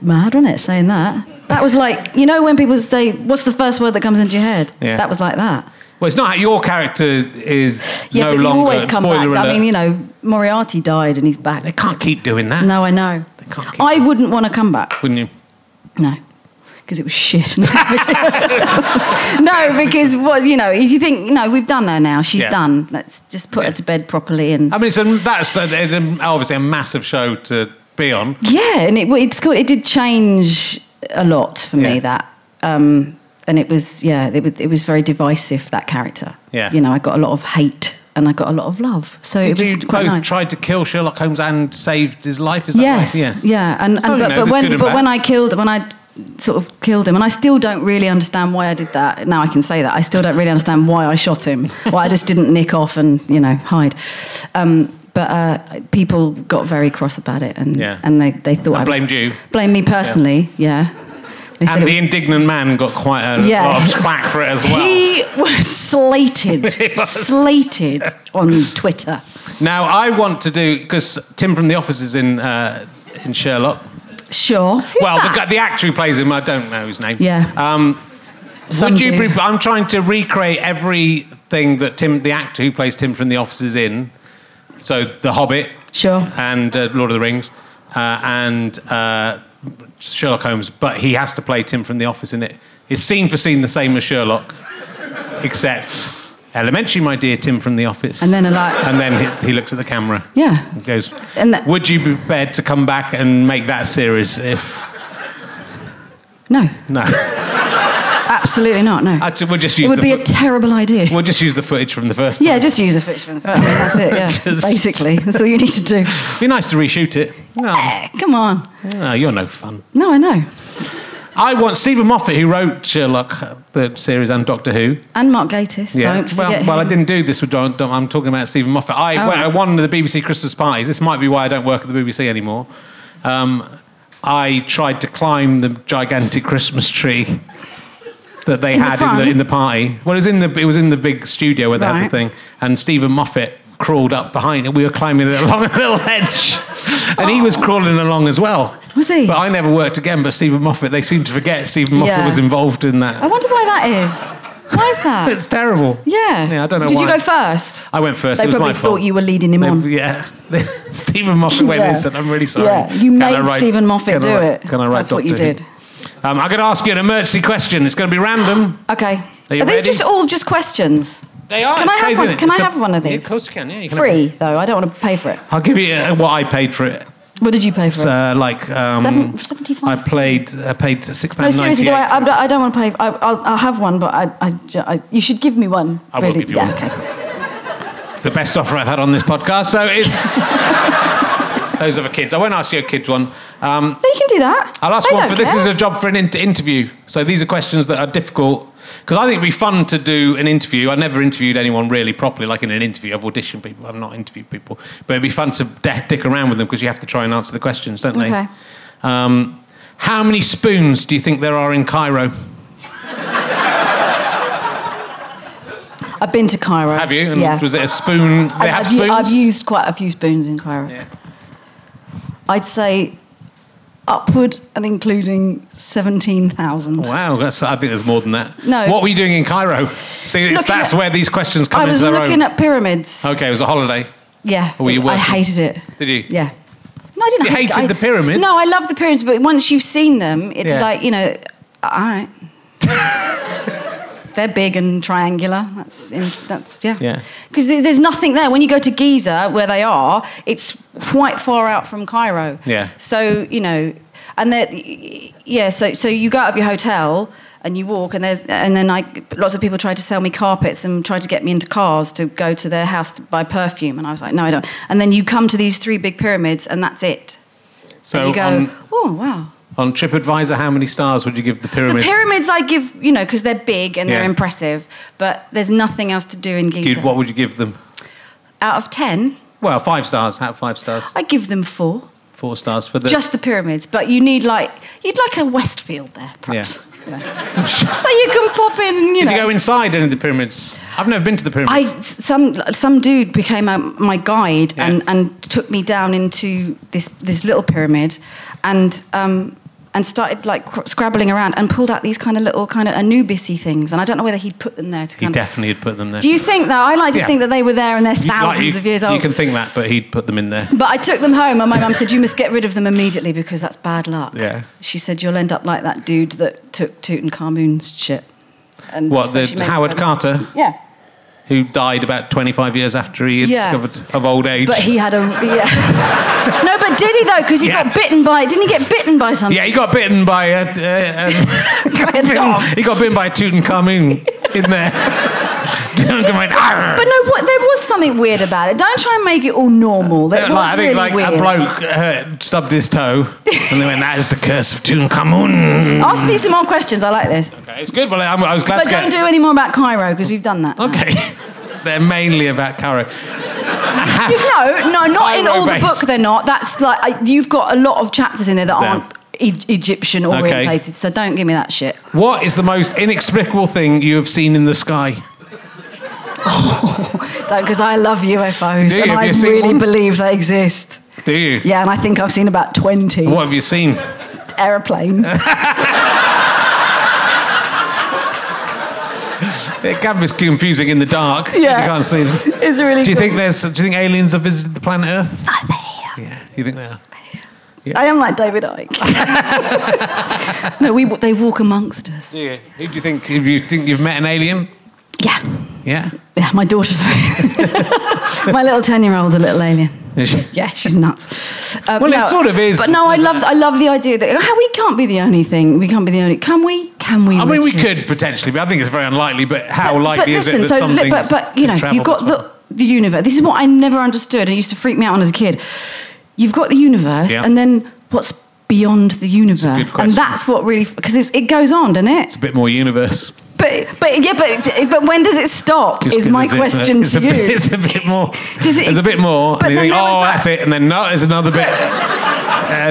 S3: mad, wasn't it? Saying that. That was like you know when people say, "What's the first word that comes into your head?"
S1: Yeah.
S3: That was like that.
S1: Well, it's not your character is
S3: Yeah,
S1: no
S3: but you
S1: longer.
S3: always come
S1: spoiler
S3: back.
S1: Alert.
S3: I mean, you know, Moriarty died and he's back.
S1: they can't keep doing that,
S3: No, I know.
S1: They can't keep-
S3: I wouldn't want to come back.
S1: wouldn't you?
S3: No, because it was shit. no, because what you know, if you think no, we've done her now. She's
S1: Yeah.
S3: done. Let's just put her to bed properly and
S1: I mean, so that's uh, uh, obviously a massive show to be on.
S3: yeah, and it it's cool. It did change a lot for
S1: Yeah.
S3: me that, um, and it was yeah, it was it was very divisive that character.
S1: Yeah.
S3: you know, I got a lot of hate and I got a lot of love. So
S1: Did
S3: it was
S1: you
S3: quite
S1: both
S3: nice.
S1: tried to kill Sherlock Holmes and saved his life? Is that
S3: yes,
S1: right?
S3: yeah, and, and
S1: So, you know,
S3: but, but
S1: there's good
S3: when
S1: and
S3: but
S1: bad.
S3: when I killed when I sort of killed him, and I still don't really understand why I did that. Now I can say that I still don't really understand why I shot him. why I just didn't nick off and you know hide. Um, but uh, people got very cross about it, and
S1: Yeah.
S3: and they, they thought
S1: And
S3: I was-
S1: blamed you.
S3: blamed me personally. Yeah. They said
S1: and
S3: it
S1: the
S3: was-
S1: indignant man got quite a
S3: Yeah.
S1: lot of smack for it as well.
S3: He was slated,
S1: He was.
S3: slated on Twitter.
S1: Now I want to do because Tim from the office is in uh, in Sherlock.
S3: Sure. Who's
S1: well, the,
S3: that?
S1: guy- the actor who plays him, I don't know his name.
S3: Yeah.
S1: Um,
S3: Some
S1: would you?
S3: dude.
S1: Pre- I'm trying to recreate everything that Tim, the actor who plays Tim from the office, is in. So The Hobbit
S3: Sure.
S1: and uh, Lord of the Rings uh, and uh, Sherlock Holmes, but he has to play Tim from the office in it. It's scene for scene the same as Sherlock, except. Elementary, my dear Tim from the office.
S3: And then a lot-
S1: And then he, he looks at the camera.
S3: Yeah.
S1: And goes,
S3: And that-
S1: Would you be prepared to come back and make that series if.
S3: No,
S1: No.
S3: absolutely not. No.
S1: Actually, we'll just use
S3: it would
S1: the
S3: be a
S1: fo-
S3: terrible idea.
S1: We'll just use the footage from the first.
S3: yeah, just use a fish from the first. one. That's it. Yeah.
S1: Just-
S3: Basically, that's all you need to do.
S1: It'd be nice to reshoot it. No,
S3: Eh, Come on.
S1: no, you're no fun.
S3: No, I know.
S1: I want Stephen Moffat, who wrote Sherlock, uh, the series, and Doctor Who.
S3: And Mark Gatiss. Don't
S1: well,
S3: forget
S1: well, I
S3: him.
S1: didn't do this with Don. Don I'm talking about Stephen Moffat. I,
S3: Oh.
S1: went- I won the BBC Christmas parties. This might be why I don't work at the BBC anymore. Um, I tried to climb the gigantic Christmas tree that they
S3: In the
S1: had in, the,
S3: front?
S1: in the party. Well, it was in the it was in the big studio where they had the
S3: Right.
S1: thing, and Stephen Moffat crawled up behind it. We were climbing it along a little edge, and he was crawling along as well.
S3: Oh. Was he?
S1: But I never worked again. But Stephen Moffat, they seem to forget Stephen Moffat
S3: Yeah.
S1: was involved in that.
S3: I wonder why that is. Why is that?
S1: It's terrible.
S3: Yeah.
S1: Yeah, I don't know
S3: Did
S1: why.
S3: you go first?
S1: I went first.
S3: They
S1: it was
S3: probably
S1: my fault.
S3: thought you were leading him
S1: They-
S3: on.
S1: Yeah. Stephen Moffat went in
S3: Yeah.
S1: and said, I'm really sorry.
S3: Yeah, you
S1: I
S3: made Stephen Moffat
S1: can I
S3: do
S1: write-
S3: it.
S1: Can I write
S3: That's what you
S1: Doctor Who?"
S3: did.
S1: Um, I'm going to ask you an emergency question. It's going to be random.
S3: Okay.
S1: Are you
S3: these
S1: ready?
S3: just all just questions?
S1: They are.
S3: Can
S1: it's
S3: I have
S1: crazy,
S3: one-
S1: isn't it?
S3: can I
S1: It's a-
S3: have one of
S1: Yeah, of
S3: these?
S1: course you can. Yeah, you can have
S3: Free
S1: it.
S3: though. I don't want to pay for it.
S1: I'll give you uh, what I paid for it.
S3: What did you pay for
S1: It's, uh, like um,
S3: Seven- 75?
S1: I played. I paid six
S3: it? No,
S1: pounds
S3: seriously, do I, I, I don't want to pay. I, I'll, I'll have one, but I, I, ju- I- you should give me one.
S1: I will
S3: really.
S1: give you
S3: yeah,
S1: one.
S3: Okay, cool.
S1: the best offer I've had on this podcast. So it's those are for kids. I won't ask you a kids one. Um,
S3: No, you can do that.
S1: I'll ask
S3: They
S1: one
S3: don't
S1: for this
S3: care.
S1: is a job for an in- interview. So these are questions that are difficult because I think it'd be fun to do an interview. I never interviewed anyone really properly, like in an interview. I've auditioned people, I've not interviewed people, but it'd be fun to d- dick around with them because you have to try and answer the questions, don't they?
S3: Okay.
S1: Um, how many spoons do you think there are in Cairo?
S3: I've been to Cairo.
S1: Have you? And
S3: yeah.
S1: was it a spoon? They
S3: I-
S1: have
S3: I've, u-
S1: spoons.
S3: I've used quite a few spoons in Cairo.
S1: Yeah.
S3: I'd say upward and including seventeen thousand.
S1: Wow, that's, I think there's more than that.
S3: No.
S1: What were you doing in Cairo? See, it's,
S3: Looking
S1: that's
S3: at-
S1: where these questions come
S3: I was
S1: into their
S3: looking
S1: own.
S3: at pyramids.
S1: Okay, it was a holiday.
S3: Yeah.
S1: Or were you
S3: I
S1: working?
S3: hated it.
S1: Did you?
S3: Yeah. No, I didn't.
S1: You
S3: hate
S1: hated
S3: I-
S1: the pyramids?
S3: No, I love the pyramids, but once you've seen them, it's
S1: Yeah.
S3: like you know, all right. They're big and triangular. That's in, that's yeah.
S1: Yeah.
S3: Because there's nothing there. When you go to Giza, where they are, it's quite far out from Cairo.
S1: Yeah.
S3: So you know, and that yeah. So so you go out of your hotel and you walk, and there's and then I lots of people tried to sell me carpets and tried to get me into cars to go to their house to buy perfume, and I was like, no, I don't. And then you come to these three big pyramids, and that's it.
S1: So um,
S3: you go,
S1: on,
S3: oh wow.
S1: on TripAdvisor, how many stars would you give the
S3: The
S1: pyramids?
S3: pyramids I give, you know, because they're big and
S1: Yeah.
S3: they're impressive, but there's nothing else to do in Giza.
S1: You'd- what would you give them?
S3: Out of ten,
S1: Well, five stars. How five stars?
S3: I give them four.
S1: Four stars for the
S3: Just the pyramids, but you need like you'd like a Westfield there, perhaps.
S1: Some sh-
S3: So you can pop in, you
S1: Did
S3: know.
S1: you go inside any of the pyramids? I've never been to the
S3: I
S1: pyramids.
S3: some some dude became a, my guide
S1: Yeah.
S3: and, and took me down into this this little pyramid, and um and started like cr- scrabbling around and pulled out these kind of little kind of Anubis-y things, and I don't know whether he'd put them there to
S1: he
S3: kind of.
S1: definitely had put them there.
S3: Do you think that? I like to
S1: Yeah.
S3: think that they were there and they're
S1: You- like,
S3: thousands
S1: you-
S3: of years old.
S1: You can think that, but he'd put them in there.
S3: But I took them home, and my mum said, "You must get rid of them immediately because that's bad luck."
S1: Yeah.
S3: She said, "You'll end up like that dude that took Tutankhamun's shit." And
S1: What
S3: so
S1: the
S3: she made
S1: Howard
S3: them.
S1: Carter,
S3: Yeah.
S1: who died about 25 years after he had
S3: Yeah.
S1: discovered of old age.
S3: But he had a yeah. no, but did he though? Because he
S1: Yeah.
S3: got bitten by. Didn't he get bitten by something?
S1: yeah, he got bitten by a, uh, um,
S3: By a
S1: bitten-
S3: dog.
S1: he got bitten by a Tutankhamun in there. Tutankhamun, "Arr!"
S3: But no, what there was something weird about it. Don't try and make it all normal. It
S1: Yeah,
S3: was
S1: like, I think
S3: really
S1: like
S3: weird.
S1: a bloke uh, stubbed his toe, and they went, "That is the curse of Tutankhamun."
S3: Ask me some more questions. I like this.
S1: Okay, it's good. Well, I'm, I was glad
S3: But
S1: to
S3: don't
S1: get.
S3: do any more about Cairo because we've done that. now.
S1: okay, they're mainly about Cairo.
S3: You- no, no, not in all the
S1: Cairo-based.
S3: book. They're not. That's like I, you've got a lot of chapters in there that
S1: Yeah.
S3: aren't E- Egyptian orientated, so don't give me that shit.
S1: What is the most inexplicable thing you have seen in the sky?
S3: Don't, because I love UFOs
S1: Do you?
S3: and
S1: Have
S3: I
S1: you seen
S3: really
S1: one?
S3: believe they exist.
S1: Do you?
S3: Yeah, and I think I've seen about 20
S1: What have you seen?
S3: aeroplanes.
S1: It can be confusing in the dark.
S3: Yeah.
S1: You can't see them.
S3: it's really
S1: Do you
S3: cool.
S1: think there's? Do you think aliens have visited the planet Earth?
S3: Ah, they are.
S1: Yeah. You think they are?
S3: I am like David Icke. no, we, they walk amongst us.
S1: Yeah. Who do you think? If you think you've met an alien?
S3: Yeah.
S1: Yeah.
S3: Yeah, my daughter's. my little 10 year old's a little alien. Yeah, she's nuts. Um,
S1: Well, it sort of is.
S3: But no, I love, I love the idea that how we can't be the only thing. We can't be the only. Can we? Can we?
S1: I mean, we
S3: Richard?
S1: could potentially, but I think it's very unlikely. But how
S3: But- but
S1: likely
S3: listen,
S1: is it that
S3: so,
S1: something?
S3: li- But, but you know, you've got the, the universe. This is what I never understood. It used to freak me out when I was a kid. You've got the universe,
S1: Yeah.
S3: and then what's beyond the universe?
S1: question.
S3: And that's what really because it goes on, doesn't it?
S1: a bit more universe.
S3: But but yeah, but but when does it stop?
S1: Just
S3: is
S1: 'cause
S3: my
S1: it's- it's a-
S3: question
S1: it's
S3: to
S1: a
S3: you.
S1: bit- it's a bit more.
S3: Does it-
S1: there's a bit more,
S3: but
S1: and you
S3: then
S1: think,
S3: there was
S1: oh,
S3: that-
S1: that's it, and then no, there's another bit. and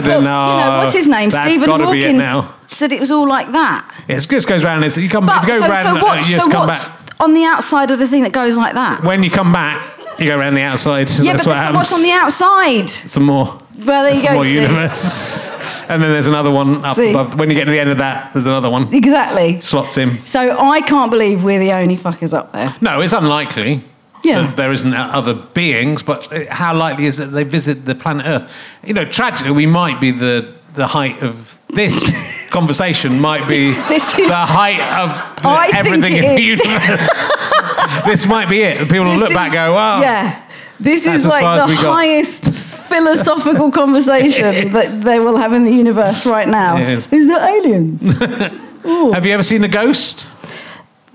S3: Well,
S1: then, no,
S3: you know, what's his name?
S1: That's
S3: Stephen
S1: gotta be it
S3: Hawking
S1: now.
S3: said it was all like that.
S1: It just goes round. It's, you come,
S3: But
S1: if you go
S3: so,
S1: round,
S3: so
S1: uh,
S3: what's,
S1: you just
S3: so
S1: come
S3: what's
S1: back.
S3: on the outside of the thing that goes like that?
S1: When you come back, you go round the outside.
S3: yeah,
S1: that's
S3: but
S1: what
S3: that's-
S1: happens.
S3: what's on the outside?
S1: Some more.
S3: Well, there you
S1: Some
S3: go.
S1: more
S3: Sue.
S1: universe. and then there's another one up
S3: See.
S1: above. When you get to the end of that, there's another one.
S3: Exactly.
S1: Slots in.
S3: So I can't believe we're the only fuckers up there.
S1: No, it's unlikely.
S3: Yeah.
S1: That there isn't other beings, but uh, how likely is it they visit the planet Earth? You know, tragically, we might be the, the height of this conversation, might be
S3: This is-
S1: the height of the-
S3: I think
S1: everything
S3: it
S1: in the
S3: is.
S1: universe. this might be it. People will
S3: This
S1: look back
S3: is-
S1: and go, wow.
S3: Yeah. This
S1: That's
S3: is
S1: as far
S3: like
S1: as
S3: the
S1: we got.
S3: highest philosophical conversation that they will have in the universe right now.
S1: It is.
S3: that aliens?
S1: Have you ever seen a ghost?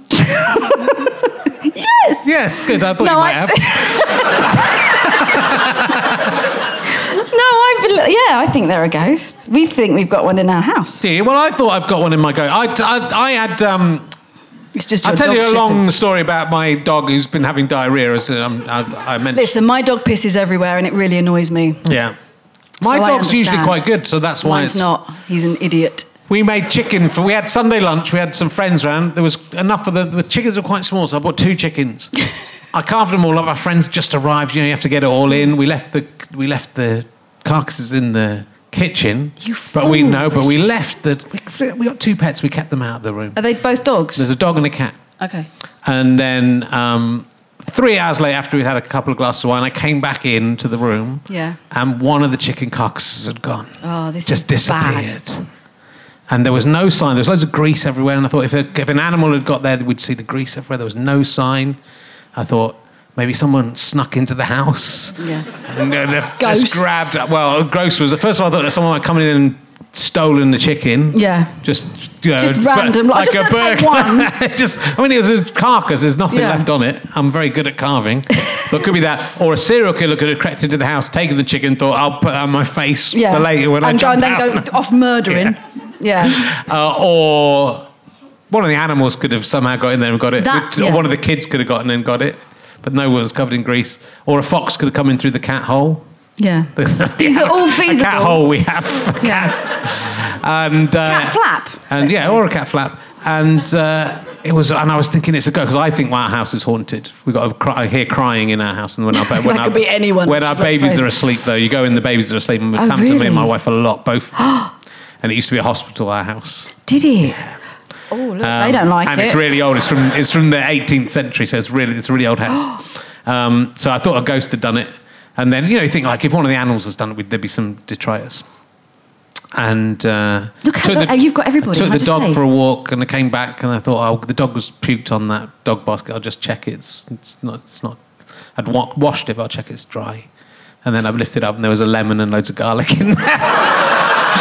S3: yes.
S1: Yes, good. I thought
S3: No,
S1: you might
S3: I-
S1: have.
S3: No, I bel yeah, I think they're a ghost. We think we've got one in our house.
S1: Do you? Well, I thought I've got one in my go. I, I, I had. Um,
S3: It's just
S1: I'll
S3: your
S1: tell
S3: dog
S1: you a
S3: shitting.
S1: long story about my dog who's been having diarrhea. As um, I, I mentioned.
S3: Listen, my dog pisses everywhere and it really annoys me.
S1: Yeah. My
S3: So I
S1: dog's usually
S3: understand.
S1: quite good, so that's why
S3: Mine's
S1: it's
S3: not. He's an idiot.
S1: We made chicken for. We had Sunday lunch. We had some friends round. There was enough of the. The chickens were quite small, so I bought two chickens. I carved them all up. Our friends just arrived. You know, you have to get it all in. We left the. We left the carcasses in the kitchen.
S3: You
S1: But we
S3: fool.
S1: no. But we left the. We, we got two pets. We kept them out of the room.
S3: Are they both dogs?
S1: There's a dog and a cat.
S3: okay.
S1: And then um, three hours later, after we had a couple of glasses of wine, I came back into the room.
S3: Yeah.
S1: And one of the chicken carcasses had gone.
S3: Oh, this
S1: just
S3: is bad.
S1: disappeared. And there was no sign. There was loads of grease everywhere. And I thought if, a, if an animal had got there, we'd see the grease everywhere. There was no sign. I thought maybe someone snuck into the house.
S3: Yeah.
S1: And they- they've just
S3: Ghosts.
S1: grabbed. Well, gross was. First of all, I thought that someone had come in and stolen the chicken.
S3: Yeah.
S1: Just, you know,
S3: Just
S1: but-
S3: random, like, I'm just gonna take
S1: burglar.
S3: one.
S1: just I mean, it was a carcass. There's nothing
S3: Yeah.
S1: left on it. I'm very good at carving, but could be that, or a serial killer could have crept into the house, taken the chicken, thought I'll put that on my face for later when I
S3: and go
S1: jump
S3: and then
S1: out.
S3: go off murdering. Yeah.
S1: Uh, or one of the animals could have somehow got in there and got it.
S3: That-
S1: or
S3: yeah.
S1: one of the kids could have gotten in and got it, but no one was covered in grease. Or a fox could have come in through the cat hole.
S3: Yeah. These are all feasible.
S1: A cat hole we have.
S3: Yeah.
S1: and uh,
S3: Cat flap.
S1: and yeah, or a cat flap. And uh, it was, and I was thinking it's a go because I think our house is haunted. We got a cry, I hear crying in our house, and when our ba- when
S3: That
S1: our,
S3: could be anyone,
S1: When our
S3: let's face
S1: babies
S3: it.
S1: are asleep, though, you go in, the babies are asleep, and it's
S3: Oh,
S1: happened to me
S3: really?
S1: and my wife a lot, both. of us. and it used to be a hospital, our house.
S3: Did he? Oh, look, they
S1: Um,
S3: don't like
S1: and
S3: it.
S1: it's really old. It's from it's from the 18th century, so it's really it's a really old house. um, so I thought a ghost had done it, and then you know you think like if one of the animals has done it, would there be some detritus? And uh,
S3: Look how
S1: took
S3: lo- oh, you've got everybody,
S1: I took
S3: how'd
S1: the
S3: you
S1: dog
S3: say?
S1: for a walk, and I came back, and I thought oh, the dog was puked on that dog basket. I'll just check it. It's, it's not. It's not. I'd wa- washed it, but I'll check it's dry. And then I lifted it up, and there was a lemon and loads of garlic in there.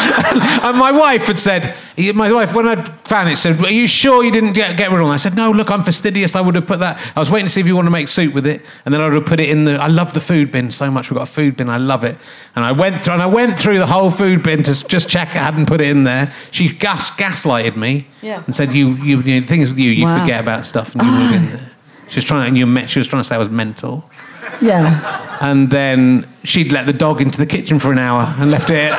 S1: And my wife had said, my wife, when I found it, said, Are you sure you didn't get, get rid of it? I said, No, look, I'm fastidious. I would have put that. I was waiting to see if you want to make soup with it. And then I would have put it in the. I love the food bin so much. We've got a food bin. I love it. And I went through, and I went through the whole food bin to just check I hadn't put it in there. She gas, gaslighted me
S3: Yeah.
S1: and said, you, you, you know, things with you, you
S3: Wow.
S1: forget about stuff and you move in there. She was trying, and you met, she was trying to say I was mental.
S3: yeah.
S1: And then she'd let the dog into the kitchen for an hour and left it.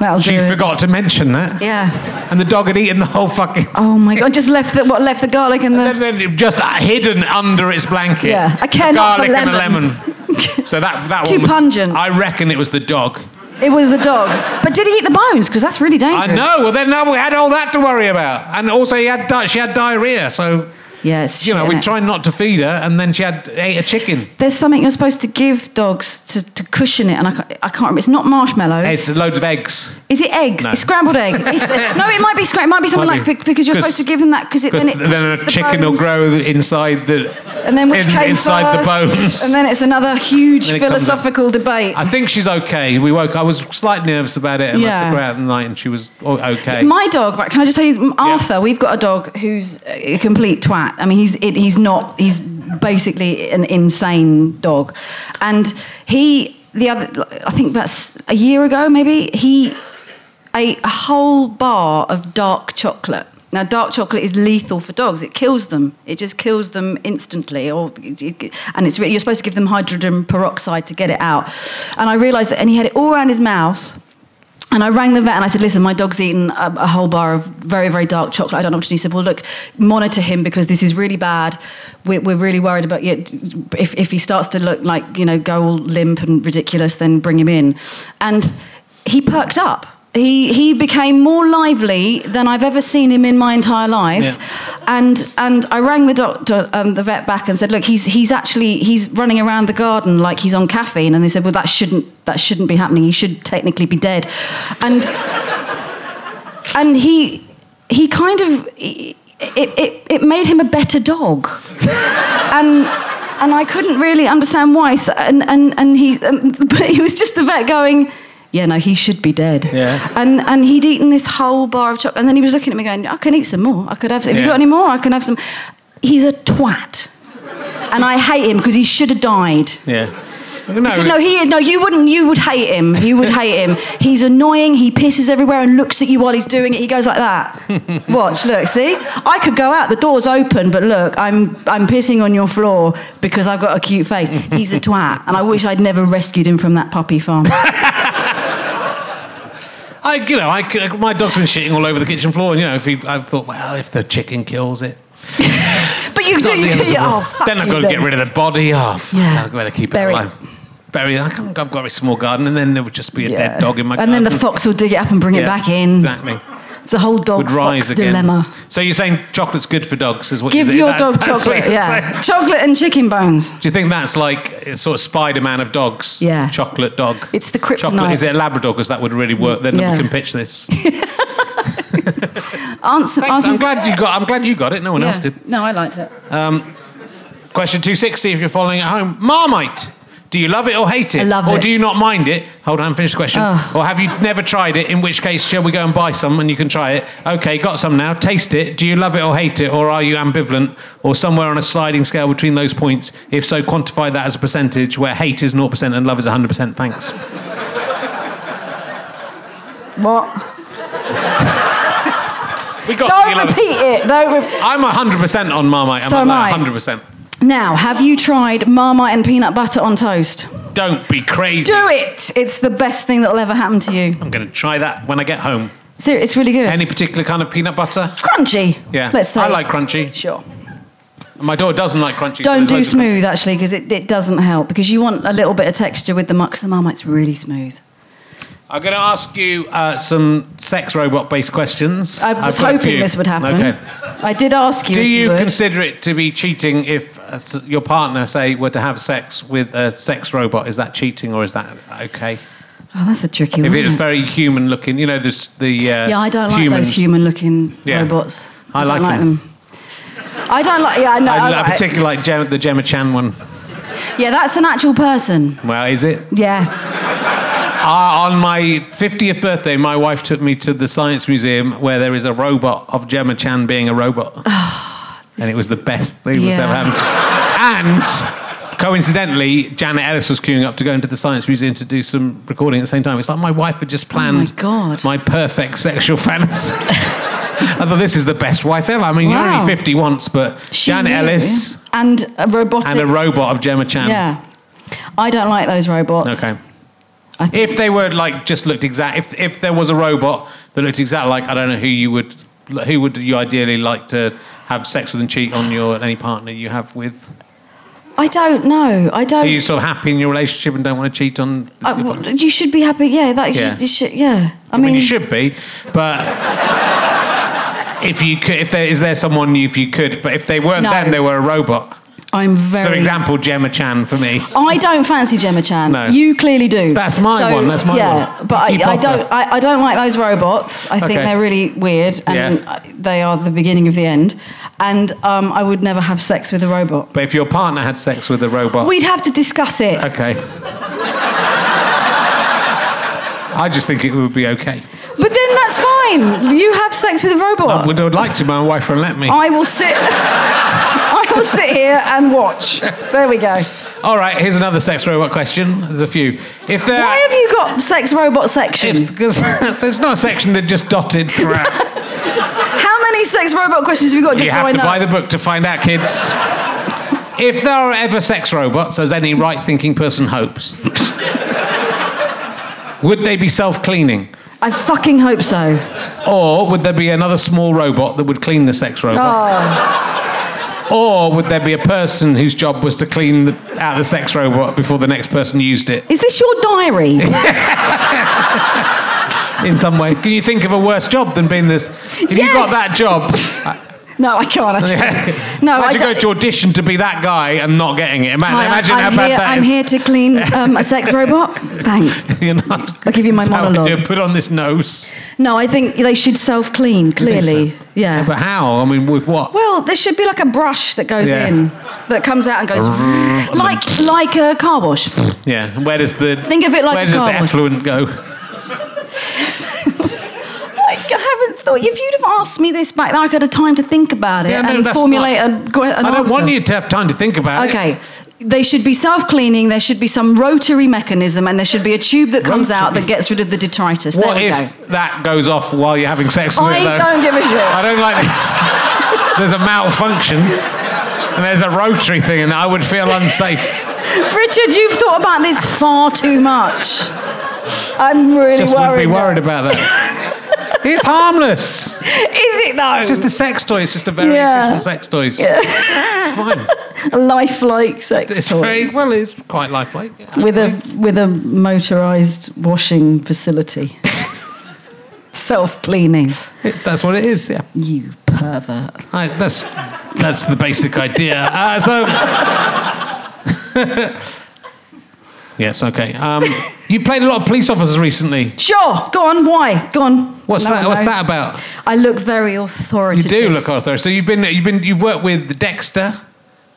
S3: That'll
S1: She
S3: do it.
S1: forgot to mention that.
S3: Yeah.
S1: And the dog had eaten the whole fucking.
S3: Oh my god! Just left the what? Left the garlic and
S1: And
S3: the.
S1: then it just hidden under its blanket.
S3: Yeah, I care not for
S1: garlic and a
S3: lemon.
S1: lemon. so that that
S3: Too
S1: one was,
S3: pungent.
S1: I reckon it was the dog.
S3: It was the dog. But did he eat the bones? Because that's really dangerous.
S1: I know. Well, then now we had all that to worry about, and also he had di- she had diarrhea. So
S3: Yeah, it's
S1: you know
S3: shit,
S1: we
S3: innit?
S1: tried not to feed her, and then she had ate a chicken.
S3: There's something you're supposed to give dogs to, to cushion it, and I can't, I can't remember. It's not marshmallows.
S1: It's loads of eggs.
S3: Is it eggs?
S1: No.
S3: It's scrambled egg. It's- no, it might be scrambled. It might be something
S1: Might
S3: like
S1: be.
S3: bec- because you're
S1: 'Cause-
S3: supposed to give them that because
S1: Because
S3: then it
S1: then a
S3: catches the
S1: chicken will
S3: bones.
S1: grow inside the
S3: And then which
S1: in-
S3: came
S1: inside
S3: first,
S1: the bones.
S3: And then it's another huge
S1: Then it comes up.
S3: philosophical debate.
S1: I think she's okay. We woke. I was slightly nervous about it, and I
S3: Yeah.
S1: took her out at night, and she was o- okay.
S3: My dog, right? Can I just tell you, m- Arthur? We've got a dog who's a complete twat. I mean, he's it, he's not. He's basically an insane dog, and he the other. I think about s- a year ago, maybe he ate a whole bar of dark chocolate. Now, dark chocolate is lethal for dogs. It kills them. It just kills them instantly. Or, and it's really, you're supposed to give them hydrogen peroxide to get it out. And I realised that, and he had it all around his mouth. And I rang the vet and I said, listen, my dog's eaten a, a whole bar of very, very dark chocolate. I don't know what to do. He said, well, look, monitor him because this is really bad. We're, we're really worried about you. If, if he starts to look like, you know, go all limp and ridiculous, then bring him in. And he perked up. He, he became more lively than I've ever seen him in my entire life. And, and I rang the doctor, um, the vet back and said, look, he's, he's actually, he's running around the garden like he's on caffeine. And they said, well, that shouldn't, that shouldn't be happening. He should technically be dead. And, and he, he kind of, it, it, it made him a better dog. and, and I couldn't really understand why. So, and, and, and he, um, but he was just the vet going, yeah, no, he should be dead.
S1: Yeah.
S3: And and he'd eaten this whole bar of chocolate, and then he was looking at me going, "I can eat some more. I could have. Some. Have
S1: Yeah.
S3: you got any more? I can have some." He's a twat, and I hate him because he should have died.
S1: yeah. No,
S3: No, he no, you wouldn't. You would hate him. You would hate him. He's annoying. He pisses everywhere and looks at you while he's doing it. He goes like that. Watch, look, see. I could go out. The door's open, but look, I'm I'm pissing on your floor because I've got a cute face. He's a twat, and I wish I'd never rescued him from that puppy farm.
S1: I, you know, I, c- my dog's been shitting all over the kitchen floor, and you know, if he, I thought, well, if the chicken kills it,
S3: but you
S1: it's not
S3: do.
S1: the
S3: You,
S1: end of the
S3: yeah,
S1: world.
S3: oh, fuck
S1: then I've
S3: you
S1: got to
S3: then.
S1: get rid of the body. Oh, fuck,
S3: Yeah.
S1: I've got to keep
S3: Bury
S1: it
S3: it.
S1: alive. Bury it. I can't, I've got a small garden, and then there would just be a dead dog in my
S3: and
S1: garden.
S3: then the fox will dig it up and bring
S1: Yeah,
S3: it back in.
S1: Exactly.
S3: It's a whole dog
S1: Would rise
S3: fox
S1: again.
S3: dilemma.
S1: So you're saying chocolate's good for dogs, is what
S3: Give
S1: you're
S3: your
S1: that-
S3: dog
S1: that's what
S3: chocolate,
S1: you're
S3: yeah,
S1: saying.
S3: chocolate and chicken bones.
S1: Do you think that's like a sort of Spider Man of dogs?
S3: Yeah.
S1: Chocolate dog.
S3: It's the
S1: Chocolate.
S3: kryptonite.
S1: Is it a Labrador? Because that would really work. Then
S3: Yeah.
S1: we can pitch this.
S3: Answer.
S1: Thanks.
S3: answer
S1: I'm
S3: is-
S1: glad you got. I'm glad you got it. No one
S3: Yeah.
S1: else did.
S3: No, I liked it.
S1: Question 260 if you're following at home. Marmite. Do you love it or hate it?
S3: I love
S1: or
S3: it.
S1: do you not mind it? Hold on, finish the question.
S3: Oh.
S1: Or have you never tried it? In which case, shall we go and buy some and you can try it? Okay, got some now. Taste it. Do you love it or hate it? Or are you ambivalent? Or somewhere on a sliding scale between those points? If so, quantify that as a percentage where hate is 0% and love is 100%. Thanks.
S3: What?
S1: We got
S3: Don't
S1: you love it.
S3: repeat it. Don't. Re-
S1: I'm 100% on Marmite. I'm
S3: So am
S1: like
S3: I.
S1: 100%.
S3: now, have you tried Marmite and peanut butter on toast?
S1: Don't be crazy.
S3: Do it. It's the best thing that'll ever happen to you.
S1: I'm going to try that when I get home.
S3: Ser- It's really good.
S1: Any particular kind of peanut butter?
S3: crunchy.
S1: Yeah.
S3: Let's say.
S1: I like crunchy.
S3: Sure.
S1: My daughter doesn't like crunchy. so
S3: Don't
S1: there's
S3: do
S1: loads of-
S3: smooth actually because it, it doesn't help because you want a little bit of texture with the muck. 'cause The marmite's really smooth.
S1: I'm going to ask you uh, some sex robot based questions.
S3: I
S1: I've
S3: was
S1: got a
S3: hoping
S1: few.
S3: this would happen.
S1: Okay.
S3: I did ask you.
S1: Do
S3: if
S1: you
S3: would.
S1: consider it to be cheating if uh, s- your partner, say, were to have sex with a sex robot? Is that cheating or is that okay?
S3: oh, that's a tricky
S1: If
S3: one.
S1: it's
S3: isn't it?
S1: very human looking, you know, this, the. Uh,
S3: yeah, I don't like
S1: humans.
S3: those human-looking
S1: Yeah.
S3: robots.
S1: I like
S3: don't like
S1: them.
S3: them. I don't like. Yeah, no,
S1: I,
S3: I,
S1: I
S3: like-
S1: particularly like Gem, the Gemma Chan one.
S3: Yeah, that's an actual person.
S1: Well, is it?
S3: Yeah.
S1: Uh, on my 50th birthday, my wife took me to the Science Museum where there is a robot of Gemma Chan being a robot. and it was the best thing that's ever
S3: Ah, Yeah.
S1: happened. And coincidentally, Janet Ellis was queuing up to go into the Science Museum to do some recording at the same time. It's like my wife had just planned
S3: Oh God.
S1: my perfect sexual fantasy. I thought this is the best wife ever. I mean, you're
S3: Wow.
S1: only 50 once, but
S3: She
S1: Janet
S3: knew.
S1: Ellis
S3: And a robotic.
S1: and a robot of Gemma Chan.
S3: Yeah. I don't like those robots.
S1: Okay.
S3: I think
S1: If they were like just looked exact, if if there was a robot that looked exact like, I don't know who you would, who would you ideally like to have sex with and cheat on your any partner you have with?
S3: I don't know. I don't.
S1: Are you sort of happy in your relationship and don't want to cheat on?
S3: I- well, you should be happy. Yeah, that
S1: Yeah.
S3: You, should. Yeah,
S1: I
S3: I
S1: mean,
S3: mean,
S1: you should be, but if you could, if there is there someone you, if you could, but if they weren't
S3: No.
S1: them, they were a robot.
S3: I'm very.
S1: So, example, Gemma Chan for me.
S3: I don't fancy Gemma Chan.
S1: No.
S3: You clearly do.
S1: That's my one, that's my
S3: yeah,
S1: one.
S3: but
S1: Keep
S3: I,
S1: off
S3: I
S1: her.
S3: don't. I, I don't like those robots. I think
S1: Okay.
S3: they're really weird, and
S1: Yeah.
S3: they are the beginning of the end. And um, I would never have sex with a robot.
S1: But if your partner had sex with a robot,
S3: We'd have to discuss it.
S1: okay. I just think it would be okay.
S3: But then that's fine. You have sex with a
S1: I
S3: robot.
S1: would, I would like to, but my wife won't let me.
S3: I will sit. I will sit here and watch. There we go.
S1: All right, here's another sex robot question. There's a few. If there,
S3: Why have you got sex robot section?
S1: if, cause there's not a section that just dotted throughout.
S3: How many sex robot questions have we got? Just
S1: you
S3: so
S1: have
S3: I
S1: to
S3: know.
S1: buy the book to find out, kids. if there are ever sex robots, as any right-thinking person hopes, would they be self-cleaning?
S3: I fucking hope so.
S1: Or would there be another small robot that would clean the sex robot?
S3: Oh,
S1: Or would there be a person whose job was to clean the, out the sex robot before the next person used it
S3: is this your diary?
S1: in some way? Can you think of a worse job than being this? If you got
S3: Yes!
S1: that job,
S3: no, I can't. Actually. No, I
S1: imagine
S3: don't-
S1: going to audition to be that guy and not getting it. Ima-
S3: Hi,
S1: imagine
S3: I'm
S1: how bad
S3: here,
S1: that
S3: I'm
S1: is.
S3: here to clean um, a sex robot. Thanks.
S1: You're not.
S3: I'll give you my
S1: That's how I
S3: monologue.
S1: do it. Put on this nose.
S3: No, I think they should self-clean. Clearly, yeah.
S1: But how? I mean, with what?
S3: well, there should be like a brush that goes
S1: Yeah.
S3: in, that comes out and goes like like a car wash.
S1: Yeah. and Where does the
S3: Think of it like
S1: where
S3: a
S1: does
S3: car
S1: the
S3: wash.
S1: effluent go?
S3: I haven't thought. If you'd have asked me this back then, I could have time to think about it
S1: Yeah, no,
S3: and
S1: that's
S3: formulate
S1: not-
S3: a, que- an
S1: I don't
S3: answer.
S1: want you to have time to think about it.
S3: Okay. They should be self cleaning, there should be some rotary mechanism, and there should be a tube that comes out
S1: Rotary?
S3: that gets rid of the detritus.
S1: What
S3: there we
S1: if that goes off while you're having sex with
S3: I
S1: it? Though?
S3: don't give a shit.
S1: I don't like this. there's a malfunction, and there's a rotary thing, and I would feel unsafe.
S3: go. Richard, you've thought about this far too much. I'm really
S1: Just would
S3: worried.
S1: be
S3: now.
S1: worried about that. It's harmless.
S3: Is it though?
S1: It's just a sex toy. It's just a very
S3: Yeah.
S1: efficient sex toy. It's fine.
S3: a lifelike sex
S1: It's
S3: toy
S1: very well. It's quite lifelike.
S3: with a with a motorized washing facility. self cleaning.
S1: It's, that's what it is. Yeah.
S3: You pervert.
S1: I, that's that's the basic idea. Uh, so. yes. Okay. Um, you've played a lot of police officers recently.
S3: Sure, go on. Why? Go on.
S1: What's
S3: No,
S1: that? What's
S3: no.
S1: that about?
S3: I look very
S1: You
S3: authoritative.
S1: do look author. So you've been you've been you've worked with Dexter.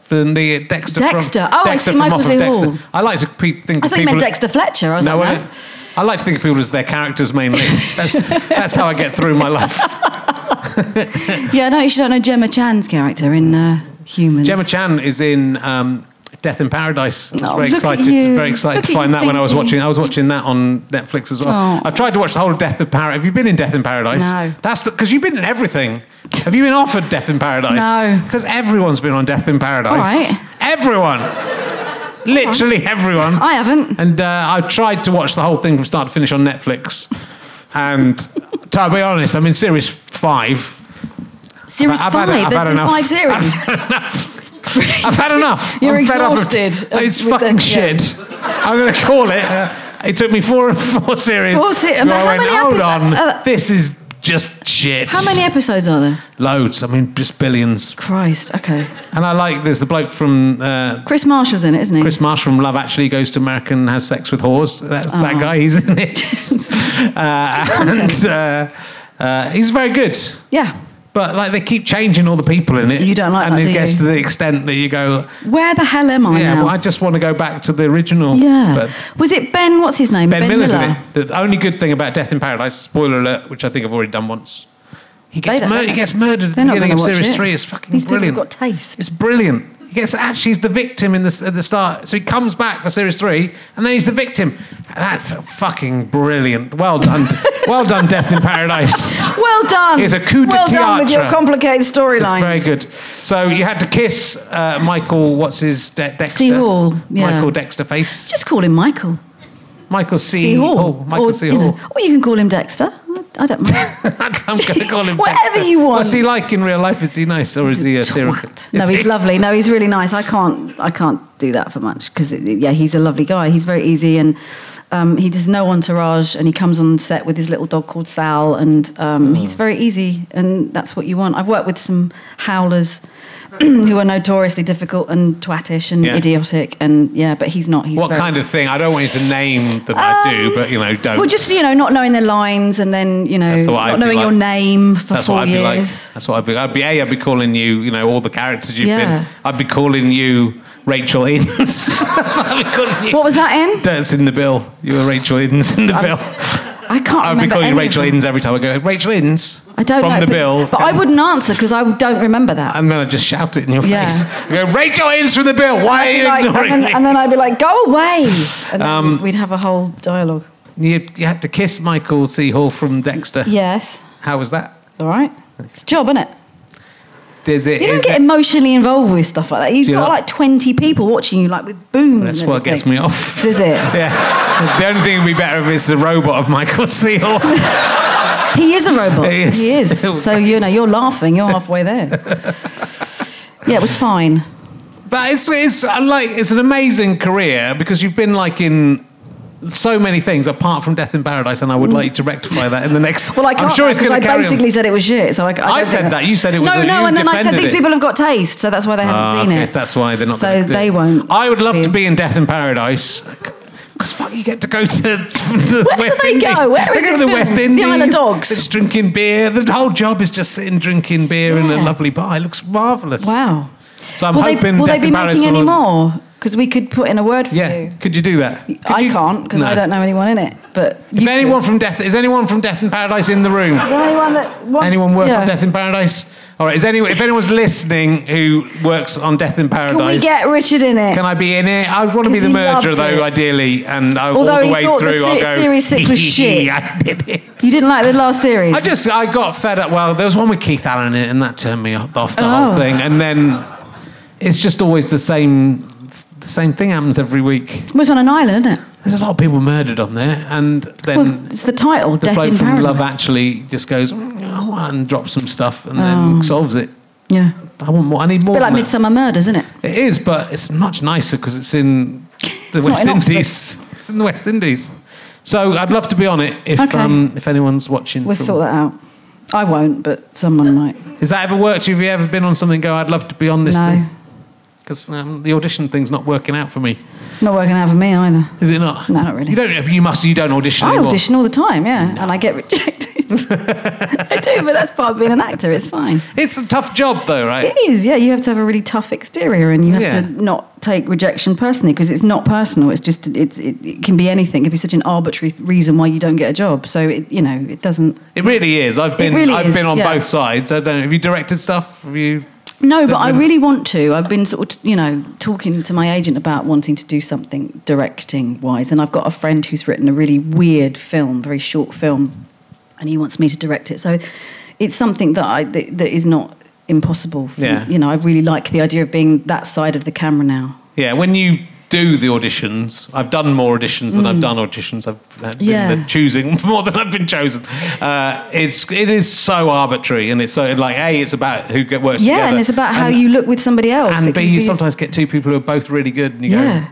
S1: From the Dexter. from-
S3: Dexter. Oh, I
S1: Dexter
S3: see
S1: from
S3: Michael
S1: Off of
S3: Z.
S1: Dexter.
S3: Hall.
S1: I like to pe- think.
S3: I
S1: of
S3: thought you
S1: people
S3: meant Dexter Fletcher. I was
S1: No,
S3: like,
S1: I,
S3: no.
S1: I like to think of people as their characters mainly. That's that's how I get through my life.
S3: Yeah, no, you should know Gemma Chan's character in uh, Humans.
S1: Gemma Chan is in um, Death in Paradise. I was
S3: Oh,
S1: very
S3: look at
S1: excited.
S3: you.
S1: Very excited
S3: Look
S1: to
S3: at
S1: find
S3: you
S1: that when I was
S3: thinking.
S1: watching. I was watching that on Netflix as well.
S3: Oh.
S1: I've tried to watch the whole of Death of Paradise. Have you been in Death in Paradise?
S3: No.
S1: That's because you've been in everything. Have you been offered Death in Paradise?
S3: No.
S1: Because everyone's been on Death in Paradise.
S3: All right.
S1: Everyone. Literally everyone.
S3: I haven't.
S1: And uh, I tried to watch the whole thing from start to finish on Netflix. And to be honest, I'm in series five.
S3: Series
S1: I've had-
S3: five.
S1: I've
S3: There's
S1: had
S3: been
S1: enough.
S3: five series.
S1: I've had enough.
S3: You're
S1: I'm fed up with-
S3: exhausted of-
S1: it's
S3: with
S1: fucking
S3: the- yeah.
S1: shit. I'm going to call it. uh, it took me four four series.
S3: Four se-
S1: where
S3: and
S1: I
S3: how
S1: went,
S3: many
S1: hold
S3: episodes-
S1: on,
S3: uh,
S1: this is just shit.
S3: How many episodes are there?
S1: Loads. I mean, just billions.
S3: Christ. Okay.
S1: And I like. There's the bloke from uh,
S3: Chris Marshall's in it, isn't he?
S1: Chris Marshall from Love Actually goes to America and has sex with whores. That's
S3: Oh.
S1: that guy. He's in it. uh, and uh, uh, he's very good.
S3: Yeah.
S1: But like they keep changing all the people in it.
S3: You don't like
S1: and
S3: that,
S1: it
S3: do
S1: gets
S3: you?
S1: to the extent that you go,
S3: Where the hell am I
S1: yeah,
S3: now?
S1: well, I just want to go back to the original.
S3: yeah.
S1: But
S3: was it Ben? What's his name?
S1: Ben, Miller's
S3: Miller.
S1: in it. The only good thing about Death in Paradise, spoiler alert, which I think I've already done once, he
S3: They
S1: gets,
S3: don't-
S1: mur-
S3: they
S1: he
S3: don't-
S1: gets murdered at the
S3: they're not
S1: beginning of
S3: gonna watch
S1: series
S3: it.
S1: three. It's fucking
S3: These people have
S1: brilliant.
S3: got taste.
S1: It's brilliant. He gets actually he's the victim in this at the start, so he comes back for series three, and then he's the victim. That's fucking brilliant. Well done, well done, Death in Paradise.
S3: Well done.
S1: It's a coup de
S3: Well done with your
S1: théâtre.
S3: complicated
S1: It's
S3: storylines.
S1: very good. So you had to kiss uh, Michael. What's his De- Dexter?
S3: Hall, yeah.
S1: Michael Dexter face.
S3: Just call him Michael.
S1: Michael C.
S3: C Hall.
S1: Oh, Michael
S3: or,
S1: C.
S3: You
S1: Hall.
S3: know, or you can call him Dexter. I don't mind.
S1: I'm going to call him
S3: Whatever
S1: Dexter.
S3: you want.
S1: What's he like in real life? Is he nice or is he a uh, serial?
S3: Twat.
S1: Is
S3: No,
S1: he-
S3: he's lovely. No, he's really nice. I can't, I can't do that for much because yeah, he's a lovely guy. He's very easy and um, he does no entourage and he comes on set with his little dog called Sal and
S1: Hmm.
S3: um, he's very easy and that's what you want. I've worked with some howlers who are notoriously difficult and twattish and
S1: Yeah.
S3: idiotic and yeah, but he's not. He's
S1: What
S3: very, Um,
S1: kind of thing? I don't want you to name that I do, but you know, don't.
S3: Well, just you know, not knowing their lines and then you know,
S1: That's the way I'd
S3: not
S1: be
S3: knowing
S1: like.
S3: your name for
S1: That's
S3: four
S1: what I'd be like.
S3: years.
S1: That's what I'd be. I'd be. A, I'd be calling you. You know all the characters you've
S3: Yeah.
S1: been. I'd be calling you Rachel Innes. That's what I'd be calling you.
S3: What was that in?
S1: That's in the bill. You were Rachel Innes in the bill.
S3: I can't
S1: I'd be
S3: remember.
S1: calling you
S3: any of
S1: Rachel
S3: them.
S1: Innes every time I go. Rachel Innes.
S3: I don't
S1: from
S3: know.
S1: the
S3: but,
S1: bill.
S3: But I wouldn't answer because I don't remember that.
S1: And then I just shout it in your
S3: Yeah.
S1: face. I go, Rachel Innes from the bill. Why are you
S3: Like,
S1: ignoring
S3: and,
S1: me? Um,
S3: then, and then I'd be like, go away. And then we'd have a whole dialogue.
S1: you, you had to kiss Michael C. Hall from Dexter.
S3: Yes.
S1: How was that?
S3: It's all right. It's a job, isn't it?
S1: Does it?
S3: You don't
S1: is
S3: get
S1: it-
S3: emotionally involved with stuff like that. You've
S1: Do you
S3: got
S1: not?
S3: like 20 people watching you, like with booms.
S1: That's
S3: and
S1: what gets
S3: everything.
S1: me off.
S3: Does it?
S1: Yeah. The only thing would be better if it's the robot of Michael C. Hall.
S3: He is a robot.
S1: He is.
S3: He is. So, you know, you're laughing. You're halfway there. Yeah, it was fine.
S1: But it's it's I like it's an amazing career because you've been like in so many things apart from Death in Paradise, and I would like to rectify that in the next.
S3: Mm. Well, I can't.
S1: I'm sure it's
S3: because
S1: going to
S3: I
S1: carry
S3: basically
S1: on.
S3: said it was shit. So I, I, don't
S1: I
S3: think
S1: said that. You said it was
S3: No,
S1: that
S3: no,
S1: you
S3: and then I said
S1: defended
S3: these
S1: it.
S3: people have got taste, so that's why they
S1: Ah,
S3: haven't seen
S1: okay,
S3: it.
S1: so that's why they're not.
S3: So
S1: gonna do
S3: they
S1: it.
S3: won't.
S1: I would love to
S3: you.
S1: be in Death in Paradise. Because fuck, you get to go to the
S3: Where do
S1: West
S3: they
S1: Indies.
S3: go? Where
S1: they
S3: is
S1: go
S3: it
S1: to the
S3: filmed?
S1: West
S3: The
S1: Indies.
S3: Isle of Dogs.
S1: They're just drinking beer. The whole job is just sitting drinking beer in a
S3: Yeah.
S1: lovely bar. It looks marvelous.
S3: Wow.
S1: So I'm
S3: will
S1: hoping.
S3: they, will
S1: Death
S3: they be
S1: in Paradise
S3: making any
S1: will-
S3: more? Because we could put in a word for
S1: Yeah,
S3: you.
S1: could you do that? Could
S3: I
S1: you-
S3: can't because I
S1: No.
S3: don't know anyone in it. But you
S1: If anyone
S3: could.
S1: from Death is anyone from Death in Paradise in the room?
S3: Is there anyone that wants,
S1: Anyone work
S3: yeah.
S1: on Death in Paradise? All right. Is anyone? If anyone's listening who works on Death in Paradise,
S3: Can we get Richard in it?
S1: Can I be in it? I would want to be
S3: 'Cause
S1: the
S3: he
S1: murderer,
S3: loves
S1: though,
S3: it.
S1: ideally. And I, all
S3: Although
S1: the
S3: he
S1: way
S3: thought the
S1: through, I'll
S3: se-
S1: go.
S3: series six was shit.
S1: I did it.
S3: you didn't like the last series.
S1: I just I got fed up. Well, there was one with Keith Allen in it, and that turned me off, off the whole
S3: Oh.
S1: thing. And then it's just always the same. The same thing happens every week.
S3: it was on an island, isn't it?
S1: There's a lot of people murdered on there, and then
S3: Well, it's the title,
S1: the
S3: Death
S1: bloke
S3: in
S1: from
S3: Paradise.
S1: Love Actually just goes "Mm, oh," and drops some stuff, and then solves it.
S3: Yeah.
S1: I want more. I need more.
S3: Oh. bit like
S1: than that.
S3: Midsummer Murders, isn't it?
S1: It is, but it's much nicer because it's in the
S3: It's
S1: West
S3: not in Oxford.
S1: Indies. It's in the West Indies. So I'd love to be on it if
S3: Okay.
S1: um, if anyone's watching.
S3: We'll
S1: from-
S3: sort that out. I won't, but someone might.
S1: Has that ever worked? Have you ever been on something? and Go, I'd love to be on this
S3: No.
S1: thing because um, the audition thing's not working out for me.
S3: Not working out for me either.
S1: Is it not?
S3: No, not really.
S1: You don't. You must. You Mm. don't audition
S3: I
S1: anymore.
S3: audition all the time, yeah, and I get rejected. I do, but that's part of being an actor. It's fine.
S1: It's a tough job, though, right?
S3: It is, yeah. You have to have a really tough exterior, and you have
S1: Yeah.
S3: to not take rejection personally because it's not personal. It's just it's it, it can be anything. It can be such an arbitrary th- reason why you don't get a job. So it you know it doesn't.
S1: It really is. I've been.
S3: really
S1: I've
S3: is,
S1: been on
S3: yeah.
S1: both sides. I don't. Have you directed stuff? Have you?
S3: No, but
S1: Then-
S3: I
S1: then-
S3: really want to. I've been sort of, you know, talking to my agent about wanting to do something directing wise, and I've got a friend who's written a really weird film, very short film, and he wants me to direct it. So it's something that I that, that is not impossible. For,
S1: Yeah.
S3: You know, I really like the idea of being that side of the camera now.
S1: Yeah, when you do the auditions, I've done more auditions than I've done auditions. I've uh, been
S3: Mm. Yeah.
S1: the choosing more than I've been chosen. Uh, it's it is so arbitrary, and it's so like a it's about who get works
S3: Yeah,
S1: together,
S3: and it's about how you look with somebody else.
S1: and
S3: It
S1: b
S3: can
S1: you
S3: be-
S1: sometimes get two people who are both really good, and you
S3: Yeah.
S1: go.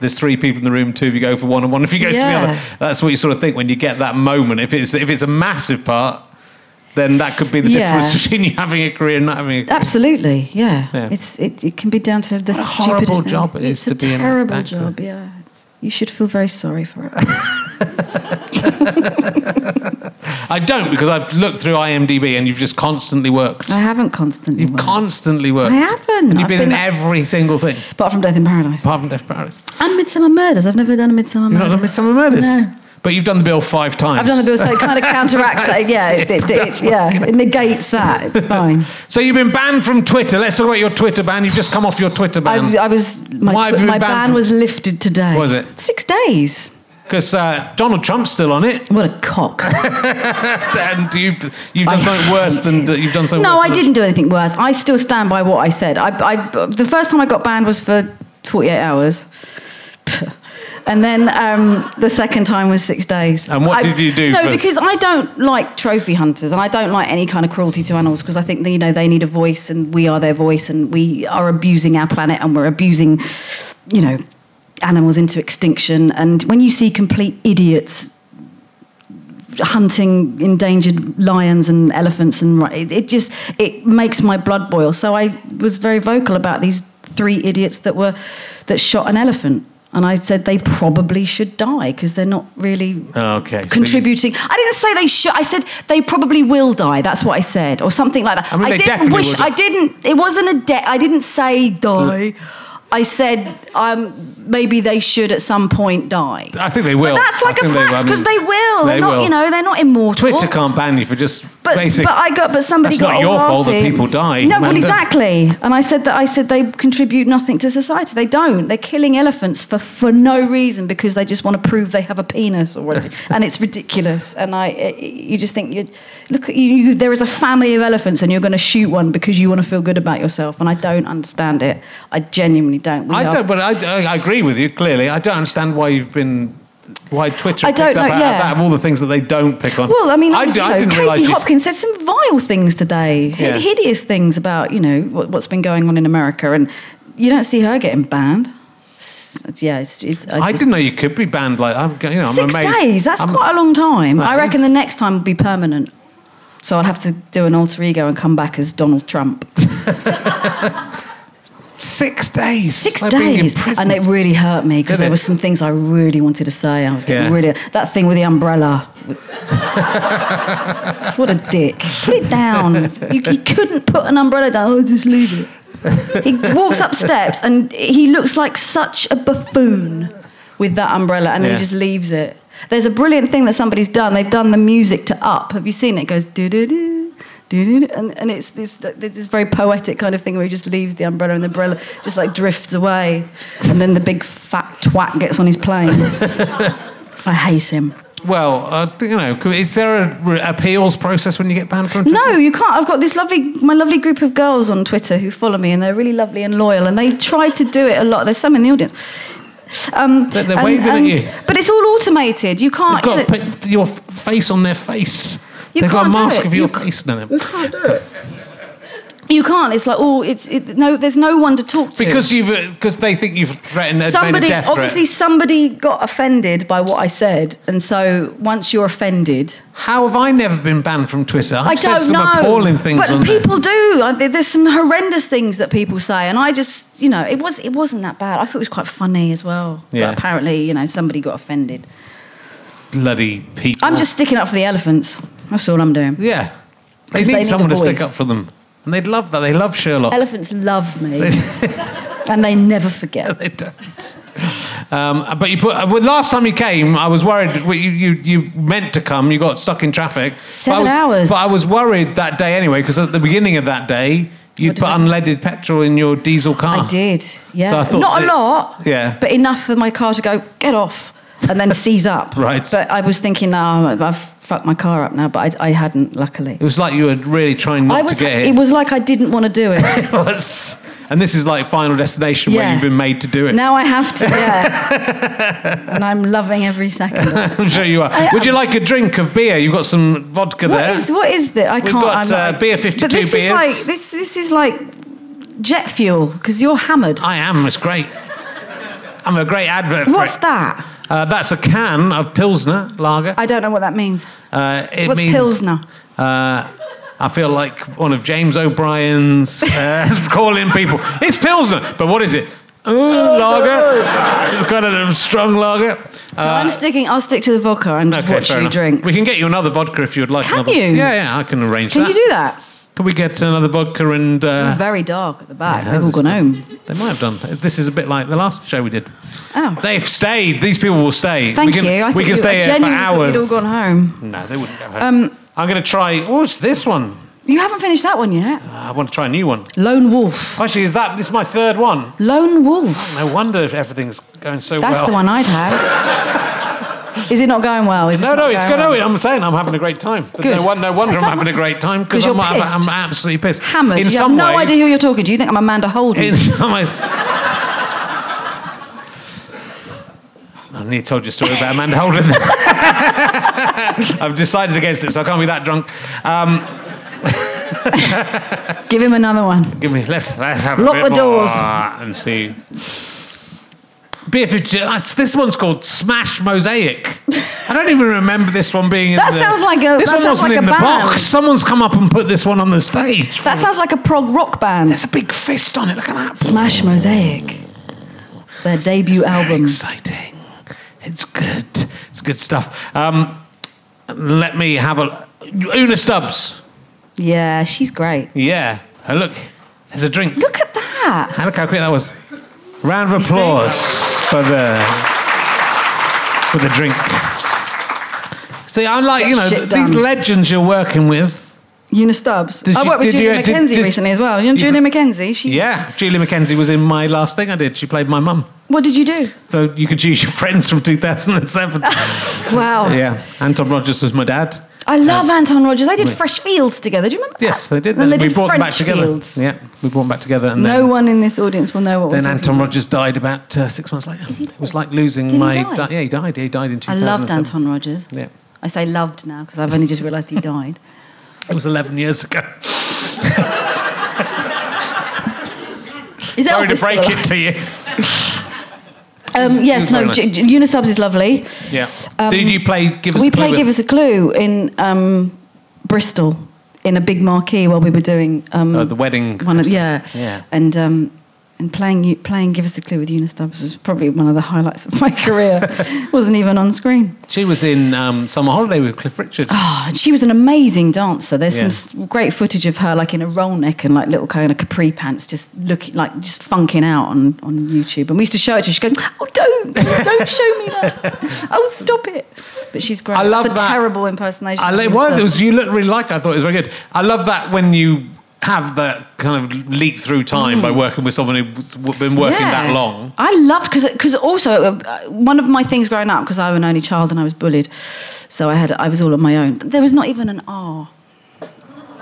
S1: There's three people in the room. Two of you go for one, and one of you goes for
S3: Yeah.
S1: the other. That's what you sort of think when you get that moment. If it's if it's a massive part, then that could be the
S3: Yeah. Uh
S1: difference between you having a career and not having a career.
S3: Absolutely, yeah.
S1: Yeah.
S3: It's it, it can be down to the
S1: a
S3: stupidest
S1: horrible
S3: thing.
S1: job it is
S3: it's a
S1: to be an
S3: terrible
S1: actor.
S3: job. Yeah, you should feel very sorry for it.
S1: I don't because I've looked through IMDb, and you've just constantly worked.
S3: I haven't constantly.
S1: You've
S3: worked,
S1: constantly worked.
S3: I haven't.
S1: And you've
S3: I've
S1: been,
S3: been-
S1: in every single thing,
S3: apart from Death in Paradise
S1: apart from Death Paris.
S3: and Midsummer Murders. I've never done a Midsummer
S1: You've
S3: Murders.
S1: not done Midsummer Murders.
S3: No.
S1: But you've done the bill five times.
S3: I've done the bill, so it kind of counteracts that. Yeah, it, it, it-
S1: That's
S3: yeah, it negates that. It's fine.
S1: So you've been banned from Twitter. Let's talk about your Twitter ban. You've just come off your Twitter
S3: I, was- I
S1: ban.
S3: was my,
S1: Why have
S3: tw-
S1: you been
S3: my
S1: banned
S3: ban
S1: from-
S3: was lifted today.
S1: Was it?
S3: six days?
S1: Because uh, Donald Trump's still on it.
S3: What a cock!
S1: And you've, you've done
S3: I
S1: something worse
S3: hate
S1: than... You've done something
S3: No,
S1: worse
S3: I
S1: than-
S3: didn't do anything worse. I still stand by what I said. I, I, the first time I got banned was for 48 hours. And then um, the second time was six days.
S1: And what
S3: I-
S1: did you do
S3: No,
S1: for-
S3: because I don't like trophy hunters, and I don't like any kind of cruelty to animals because I think that, you know they need a voice, and we are their voice, and we are abusing our planet, and we're abusing, you know, animals into extinction. And when you see complete idiots hunting endangered lions and elephants and ri- it, it just it makes my blood boil so i was very vocal about these three idiots that were that shot an elephant and i said they probably should die because they're not really
S1: Oh, Okay. so
S3: contributing i didn't say they should i said they probably will die that's what i said or something like that
S1: I mean, they
S3: didn't
S1: definitely
S3: wish
S1: will die. Mm.
S3: i didn't it wasn't a de- i didn't say die i said um, maybe they should at some point die
S1: you- I think they will.
S3: but that's like
S1: a
S3: a fact because they will. They're
S1: they
S3: not,
S1: will.
S3: you know, they're not immortal.
S1: Twitter can't ban you for just
S3: But,
S1: basic.
S3: but I got, but somebody
S1: That's
S3: got
S1: not
S3: all
S1: your fault that
S3: nasty.
S1: people die,
S3: No, well,
S1: Amanda.
S3: exactly. And I said that I said they contribute nothing to society. They don't. They're killing elephants for for no reason because they just want to prove they have a penis or whatever. and it's ridiculous. And I, i you just think you look at you, you. There is a family of elephants, and you're going to shoot one because you want to feel good about yourself. And I don't understand it. I genuinely don't. We
S1: I
S3: are-
S1: don't, but I, I agree with you clearly. I don't understand why you've been. Why Twitter
S3: I
S1: picked
S3: don't
S1: up
S3: know,
S1: out,
S3: yeah.
S1: out of all the things that they don't pick on.
S3: Well, I mean, I,
S1: d-
S3: you know,
S1: realise
S3: Katie
S1: you-
S3: Hopkins said some vile things today, Hid-
S1: Yeah.
S3: hideous things about you know what, what's been going on in America, and you don't see her getting banned. It's- yeah, it's, it's I,
S1: I
S3: just-
S1: didn't know you could be banned like I'm. You know, I'm
S3: six
S1: amazed.
S3: days. That's
S1: I'm-
S3: quite a long time.
S1: That
S3: I reckon
S1: is-
S3: the next time will be permanent. So I'll have to do an alter ego and come back as Donald Trump.
S1: six days.
S3: Six
S1: It's like being in
S3: days,
S1: prison.
S3: and it really hurt me because
S1: Did it?
S3: there were some things I really wanted to say. I was getting
S1: Yeah.
S3: really that thing with the umbrella. what a dick! Put it down. You, you couldn't put an umbrella down. Oh, just leave it. He walks up steps and he looks like such a buffoon with that umbrella, and then
S1: Yeah.
S3: he just leaves it. There's a brilliant thing that somebody's done. They've done the music to Up. Have you seen it? It goes do do do. And, and it's this, there's this very poetic kind of thing where he just leaves the umbrella and the umbrella just like drifts away. And then the big fat twat gets on his plane. I hate him.
S1: Well, uh, d- you know, c- is there a re- appeals process when you get banned from Twitter?
S3: No, you can't. I've got this lovely, my lovely group of girls on Twitter who follow me, and they're really lovely and loyal, and they try to do it a lot. There's some in the audience. Um,
S1: They're- they're waving at you.
S3: But it's all automated. You
S1: You've
S3: can't.
S1: got to put your f- face on their face.
S3: You
S1: They've got a
S3: can't do
S1: mask
S3: it.
S1: of your
S3: You c-
S1: face on them.
S3: you can't do it. You can't. It's like oh, it's it, no. There's no one to talk to.
S1: Because you've because they think you've threatened they've made a
S3: somebody
S1: death
S3: obviously
S1: threat.
S3: somebody got offended by what I said, and so once you're offended,
S1: How have I never been banned from Twitter? I've
S3: I
S1: said
S3: don't
S1: some
S3: know.
S1: appalling things
S3: but
S1: on there.
S3: people do. I- there- There's some horrendous things that people say, and I just, you know, it was it wasn't that bad. I thought it was quite funny as well.
S1: Yeah.
S3: But apparently, you know, somebody got offended.
S1: bloody people.
S3: I'm just sticking up for the elephants. That's all I'm doing.
S1: yeah. They
S3: 'Cause
S1: need,
S3: they need a
S1: someone to stick
S3: voice.
S1: up for them, and they'd love that. They love Sherlock.
S3: Elephants love me,
S1: They-
S3: and they never forget.
S1: they don't. Um, but you put. Well, last time you came, I was worried. well, You, you you meant to come. You got stuck in traffic.
S3: Seven
S1: but I was,
S3: hours.
S1: But I was worried that day anyway, because at the beginning of that day, you
S3: What
S1: put
S3: did I do?
S1: unleaded petrol in your diesel car.
S3: I did, yeah.
S1: Ah. So I thought
S3: Not a
S1: that-
S3: lot,
S1: Yeah.
S3: but enough for my car to go get off and then seize up.
S1: Right.
S3: But I was thinking, no, I've fucked my car up now, but I, I hadn't, luckily.
S1: It was like you were really trying
S3: I
S1: not
S3: was.
S1: to get
S3: It was like I didn't want to do it.
S1: It was- and this is like Final Destination where
S3: Yeah.
S1: you've been made to do it.
S3: Now I have to, yeah. and I'm loving every second. of it.
S1: I'm sure you are.
S3: I
S1: Would you
S3: am.
S1: like a drink of beer? You've got some vodka
S3: What
S1: there.
S3: is what is that? I
S1: We've
S3: can't.
S1: got,
S3: I'm
S1: uh,
S3: not-
S1: beer 52
S3: But this
S1: beers.
S3: is like this. This is like jet fuel because you're hammered.
S1: I am. It's great. I'm a great advert for
S3: What's
S1: it.
S3: that?
S1: Uh, that's a can of Pilsner lager.
S3: I don't know what that means.
S1: Uh, it
S3: What's
S1: means,
S3: Pilsner?
S1: Uh, I feel like one of James O'Brien's uh, calling people. It's Pilsner, but what is it? Ooh, lager. It's got a strong lager.
S3: No, I'm sticking. I'll stick to the vodka and just
S1: uh, Okay,
S3: watch
S1: fair
S3: you
S1: enough.
S3: drink.
S1: We can get you another vodka if you would like.
S3: Can
S1: another.
S3: you?
S1: Yeah, yeah, I can arrange
S3: Can
S1: that. Uh,
S3: you do that?
S1: Can we get another vodka and?
S3: It's
S1: Uh,
S3: very dark at the back.
S1: yeah,
S3: They've all
S1: it's-
S3: gone home.
S1: They might have done. This is a bit like the last show we did.
S3: Oh.
S1: They've stayed. These people will stay.
S3: Thank
S1: we can,
S3: you. I
S1: we
S3: think
S1: can
S3: you-
S1: stay
S3: I
S1: here for
S3: genuinely thought
S1: hours.
S3: You'd all gone Um, home.
S1: No, they wouldn't go home. I'm going to try. What's this one? Ah,
S3: You haven't finished that one yet.
S1: I want to try a new one.
S3: Lone Wolf.
S1: Actually, is that this is my third one?
S3: Lone Wolf.
S1: No wonder if everything's going so
S3: That's
S1: well.
S3: the one I'd have. is it not going well? Is
S1: No,
S3: it
S1: no,
S3: not
S1: it's
S3: going
S1: good. No,
S3: well?
S1: I'm saying I'm having a great time. But
S3: Good.
S1: No, won- no wonder
S3: Is
S1: I'm
S3: that
S1: having a
S3: why-
S1: great time
S3: 'Cause
S1: because I'm,
S3: you're
S1: I'm,
S3: pissed.
S1: I'm absolutely pissed.
S3: hammered.
S1: In
S3: you
S1: some
S3: have no
S1: ways,
S3: idea who you're talking to. You think I'm Amanda Holden.
S1: In some ways. I nearly told you a story about Amanda Holden. I've decided against it, so I can't be that drunk. Um,
S3: Give him another one.
S1: give me let's let's have
S3: Lock
S1: a bit
S3: the doors.
S1: more uh, and see. Beaufort, uh, this one's called Smash Mosaic. I don't even remember this one being in
S3: That
S1: the-
S3: sounds like a-
S1: This
S3: that
S1: one
S3: sounds
S1: wasn't
S3: like
S1: in
S3: a
S1: the
S3: band.
S1: box. Someone's come up and put this one on the stage.
S3: That sounds like a prog rock band.
S1: There's a big fist on it. Look at that.
S3: Smash Mosaic. Their debut
S1: Very
S3: album.
S1: exciting. It's good. It's good stuff. Um, let me have a. Una Stubbs.
S3: Yeah, she's great.
S1: Yeah. Oh, look, there's a drink.
S3: Look at that.
S1: And look how quick that was. Round of
S3: see?
S1: applause for the for the drink. See, I'm like, you know,
S3: Got
S1: th-
S3: shit
S1: these
S3: done.
S1: legends you're working with.
S3: Una Stubbs.
S1: Did
S3: I
S1: you-
S3: worked with
S1: did you-
S3: Julia
S1: did-
S3: McKenzie
S1: did-
S3: recently as well. You know
S1: You-
S3: Julia McKenzie? She's,
S1: Yeah. Julie McKenzie was in my last thing I did. She played my mum.
S3: What did you do?
S1: So you could choose your friends from 2007.
S3: Wow.
S1: yeah. Anton Rogers was my dad.
S3: I love Anton Rogers. They did Fresh Fields together. Do you remember?
S1: Yes,
S3: that?
S1: they did.
S3: And they
S1: we
S3: did
S1: brought
S3: French
S1: them back together.
S3: Fields.
S1: Yeah, we brought them back together. And
S3: No
S1: then,
S3: one in this audience will know what.
S1: Then
S3: we're talking
S1: Anton Rogers died about uh, six months later. It was like losing
S3: Did he
S1: my.
S3: die?
S1: di- yeah, he died. He died in
S3: I
S1: 2007.
S3: loved Anton Rogers.
S1: Yeah.
S3: I say loved now because I've only just realised he died.
S1: It was 11 years ago.
S3: Is
S1: Sorry to
S3: Elvis
S1: break
S3: still
S1: it to you.
S3: alive? Um, yes,
S1: very
S3: no.
S1: nice.
S3: J- J- Una Stubbs is lovely.
S1: Yeah.
S3: Um,
S1: Did you play Give Us
S3: we
S1: a Clue
S3: played
S1: with-
S3: Give Us a Clue in um, Bristol in a big marquee while we were doing um,
S1: Oh, the wedding
S3: One of,
S1: episode.
S3: yeah,
S1: Yeah.
S3: and um, and playing you- playing Give Us a Clue with Una Stubbs was probably one of the highlights of my career. Wasn't even on screen.
S1: She was in um, Summer Holiday with Cliff Richard.
S3: Oh, and she was an amazing dancer. There's
S1: Yeah.
S3: some some great footage of her like in a roll neck and like little kind of capri pants, just looking like just funking out on, on YouTube. And we used to show it to her. She goes, "Oh, don't, don't show me that. Oh, stop it." But she's great.
S1: I love
S3: it's a
S1: that.
S3: terrible impersonation.
S1: I
S3: of
S1: lo-
S3: Una
S1: well, it
S3: Stubbs.
S1: was, you looked really like her. I thought it was very good. I love that when you have that kind of leap through time by working with someone who's w- been working
S3: Hmm. Yeah.
S1: that long.
S3: I loved because because also uh, one of my things growing up because I was an only child and I was bullied, so I had I was all on my own. There was not even an R.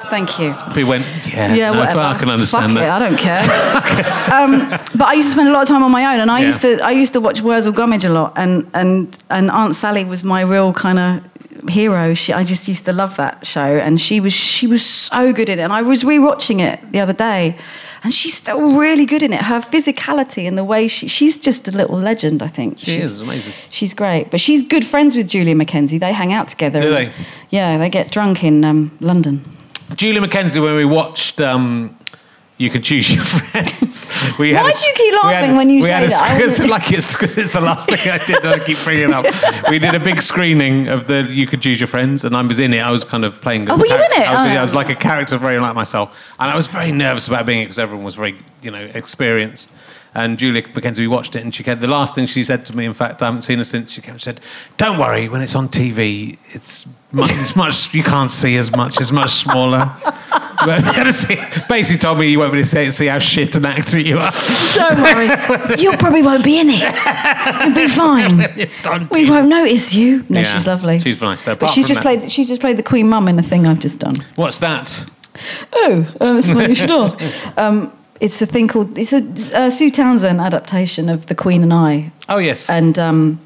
S3: Thank you.
S1: We went, yeah,
S3: Yeah,
S1: no,
S3: whatever.
S1: I can understand
S3: Fuck
S1: that.
S3: It, I don't care. um, but I used to spend a lot of time on my own, and I
S1: Yeah.
S3: used to I used to watch Wurzel Gummidge a lot, and and and Aunt Sally was my real kind of hero. She I just used to love that show, and she was she was so good in it. And I was rewatching it the other day, and she's still really good in it. Her physicality and the way she she's just a little legend. I think
S1: She is amazing.
S3: She's great, but she's good friends with Julia McKenzie. They hang out together.
S1: Do
S3: and-
S1: they?
S3: Yeah, they get drunk in um, London.
S1: Julie McKenzie, when we watched um, You Could Choose Your Friends, we
S3: Why
S1: a
S3: do
S1: s-
S3: you keep
S1: we had a-
S3: laughing when you
S1: we had
S3: say
S1: a
S3: that? I
S1: sc- 'cause
S3: wouldn't-
S1: like it's because it's the last thing I did. and I keep bringing it up. We did a big screening of the You Could Choose Your Friends, and I was in it. I was kind of playing. a
S3: Oh, were you in
S1: character.
S3: it?
S1: I was,
S3: Oh.
S1: I was like a character, very like myself, and I was very nervous about being it because everyone was very, you know, experienced. And Julia McKenzie, we watched it, and she said the last thing she said to me. In fact, I haven't seen her since. She came and said, "Don't worry, when it's on TV, it's much, it's much you can't see as much. It's much smaller." But basically, told me you won't really see, see how shit an actor you are.
S3: Don't worry. You probably won't be in it. You'll be fine.
S1: it's on
S3: We
S1: TV.
S3: won't notice you. No,
S1: Yeah,
S3: she's lovely.
S1: she's nice. So
S3: But
S1: apart
S3: she's
S1: from that-
S3: just played. She's just played the Queen Mum in a thing I've just done.
S1: What's that?
S3: Oh, um, that's funny you should ask. Um, it's a thing called. It's a uh, Sue Townsend adaptation of The Queen and I,
S1: Oh yes.
S3: and um,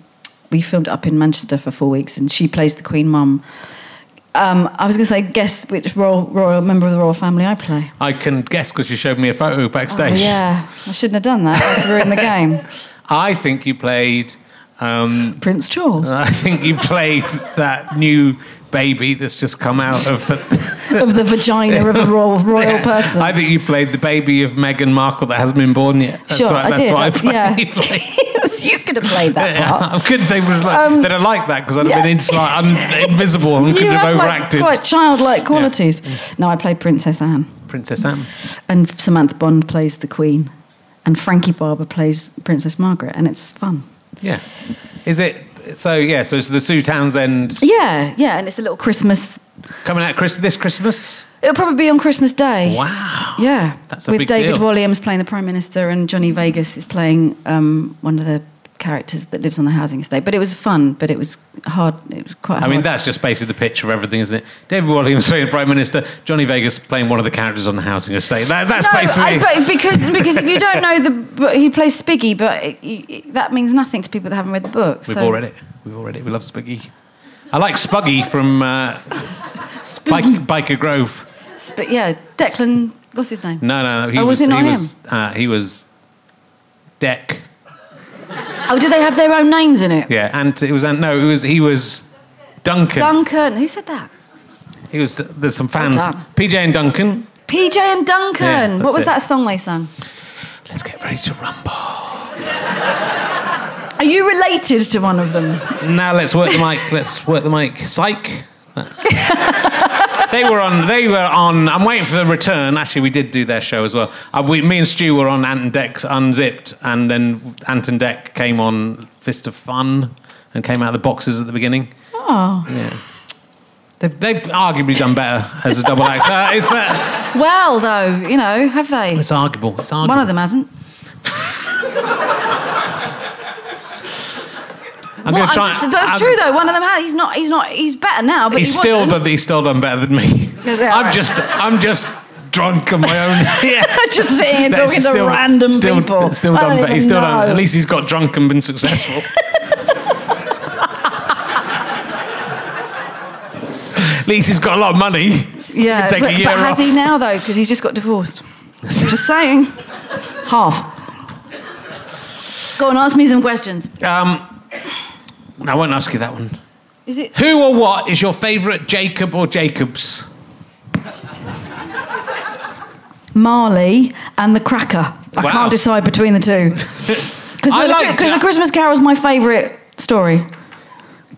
S3: we filmed it up in Manchester for four weeks, and she plays the Queen Mum. Um, I was going to say, guess which royal, royal member of the royal family I play.
S1: I can guess because you showed me a photo
S3: Oh,
S1: backstage.
S3: yeah, I shouldn't have done that. That's ruined the game.
S1: I think you played. Um,
S3: Prince Charles
S1: I think you played that new baby that's just come out of. The,
S3: of the vagina of a royal, royal person.
S1: I think you played the baby of Meghan Markle that hasn't been born yet. That's
S3: Sure,
S1: what,
S3: I
S1: that's
S3: did.
S1: What I
S3: That's-
S1: played.
S3: yeah.
S1: You played-
S3: yes, you could have played that part.
S1: I couldn't think was like, that I like that because I'd have
S3: Um, Yeah.
S1: been inside, un, invisible and
S3: You
S1: couldn't have
S3: have like,
S1: overacted.
S3: quite childlike qualities. No, I played Princess Anne,
S1: Princess Anne.
S3: and Samantha Bond plays the Queen, and Frankie Barber plays Princess Margaret, and it's fun.
S1: Yeah. Is it? So yeah. So it's the Sue Townsend
S3: Yeah, yeah, and it's a little Christmas.
S1: coming out Chris, this Christmas.
S3: It'll probably be on Christmas Day.
S1: Wow.
S3: Yeah,
S1: That's a
S3: with
S1: big
S3: David
S1: deal.
S3: Walliams playing the Prime Minister, and Johnny Vegas is playing um, one of the characters that lives on the housing estate. But it was fun, but it was hard. It was quite.
S1: I mean,
S3: hard.
S1: that's just basically the picture of everything, isn't it? David Walliams playing Prime Minister, Johnny Vegas playing one of the characters on the housing estate. That, that's
S3: no,
S1: basically.
S3: I, but because because if you don't know the but he plays Spiggy, but it, it, that means nothing to people that haven't read the book.
S1: We've
S3: so.
S1: all read it. We've all read it. We love Spuggy. I like Spuggy from uh, Bike,
S3: Spiggy.
S1: Biker Grove.
S3: Sp- yeah, Declan. What's his name?
S1: No, no, no. He
S3: Oh, was
S1: was,
S3: it not
S1: he
S3: him?
S1: was uh, he was Deck.
S3: Oh, do they have their own names in it?
S1: Yeah, and it was and no, it was he was Duncan.
S3: Duncan. Who said that?
S1: he was there's some fans.
S3: Well done.
S1: PJ and Duncan.
S3: PJ and Duncan.
S1: Yeah, that's
S3: what was
S1: it.
S3: that song they sung?
S1: Let's get ready to rumble.
S3: Are you related to one of them?
S1: Now let's work the mic. Let's work the mic. Psych. they were on. They were on. I'm waiting for the return. Actually, we did do their show as well. Uh, we, me and Stu were on Ant and Deck's Unzipped, and then Ant and Deck came on Fist of Fun and came out of the boxes at the beginning.
S3: Oh.
S1: Yeah. They've, they've arguably done better as a double act. Uh, it's, uh,
S3: Well, though, you know, have they?
S1: it's arguable. It's arguable.
S3: One of them hasn't.
S1: I'm going
S3: Well,
S1: to try.
S3: I'm just- that's
S1: I'm-
S3: true, though. One of them has. He's not. He's not. He's better now, but
S1: He's
S3: he
S1: still,
S3: wasn't.
S1: done, he's still done better than me.
S3: Is that
S1: I'm
S3: right?
S1: just, I'm just drunk on my own. yeah.
S3: just sitting here
S1: That's
S3: talking
S1: still-
S3: to random
S1: still-
S3: people.
S1: Still
S3: I don't
S1: done better. He's
S3: even
S1: still done.
S3: know.
S1: At least he's got drunk and been successful. At least he's got a lot of money.
S3: Yeah,
S1: Could take a
S3: but,
S1: year
S3: but
S1: off.
S3: has he now though? Because he's just got divorced. just saying. Half. Go on, ask me some questions.
S1: Um, I won't ask you that one.
S3: Is it?
S1: Who or what is your favourite Jacob or Jacobs?
S3: Marley and the Cracker. I
S1: Wow.
S3: can't decide between the two. Because
S1: I
S3: the,
S1: like-
S3: 'cause The Christmas Carol's my favourite story,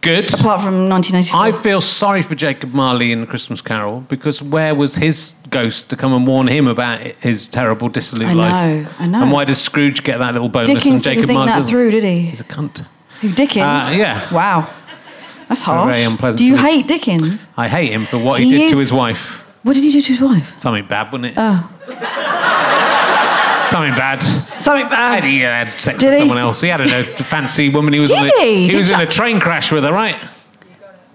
S1: Good.
S3: apart from 1984.
S1: I feel sorry for Jacob Marley in The Christmas Carol because where was his ghost to come and warn him about his terrible dissolute
S3: I know,
S1: life?
S3: I know.
S1: And why does Scrooge get that little bonus
S3: Dickens
S1: and Jacob
S3: didn't think
S1: Marley
S3: that
S1: doesn't?
S3: through, did he?
S1: He's a cunt.
S3: Who, Dickens?
S1: Uh, yeah.
S3: Wow. That's harsh.
S1: Very unpleasant
S3: Do you
S1: to listen-
S3: hate Dickens?
S1: I hate him for what he,
S3: He
S1: did to
S3: is-
S1: his wife.
S3: What did he do to his wife?
S1: Something bad, wasn't it?
S3: Oh.
S1: Something bad.
S3: Something
S1: And
S3: bad.
S1: he uh, had sex
S3: Oh. Did
S1: with
S3: he?
S1: someone else. He had a fancy woman. He was
S3: Did
S1: on a,
S3: he? Did
S1: was in
S3: you-
S1: a train crash with her, right?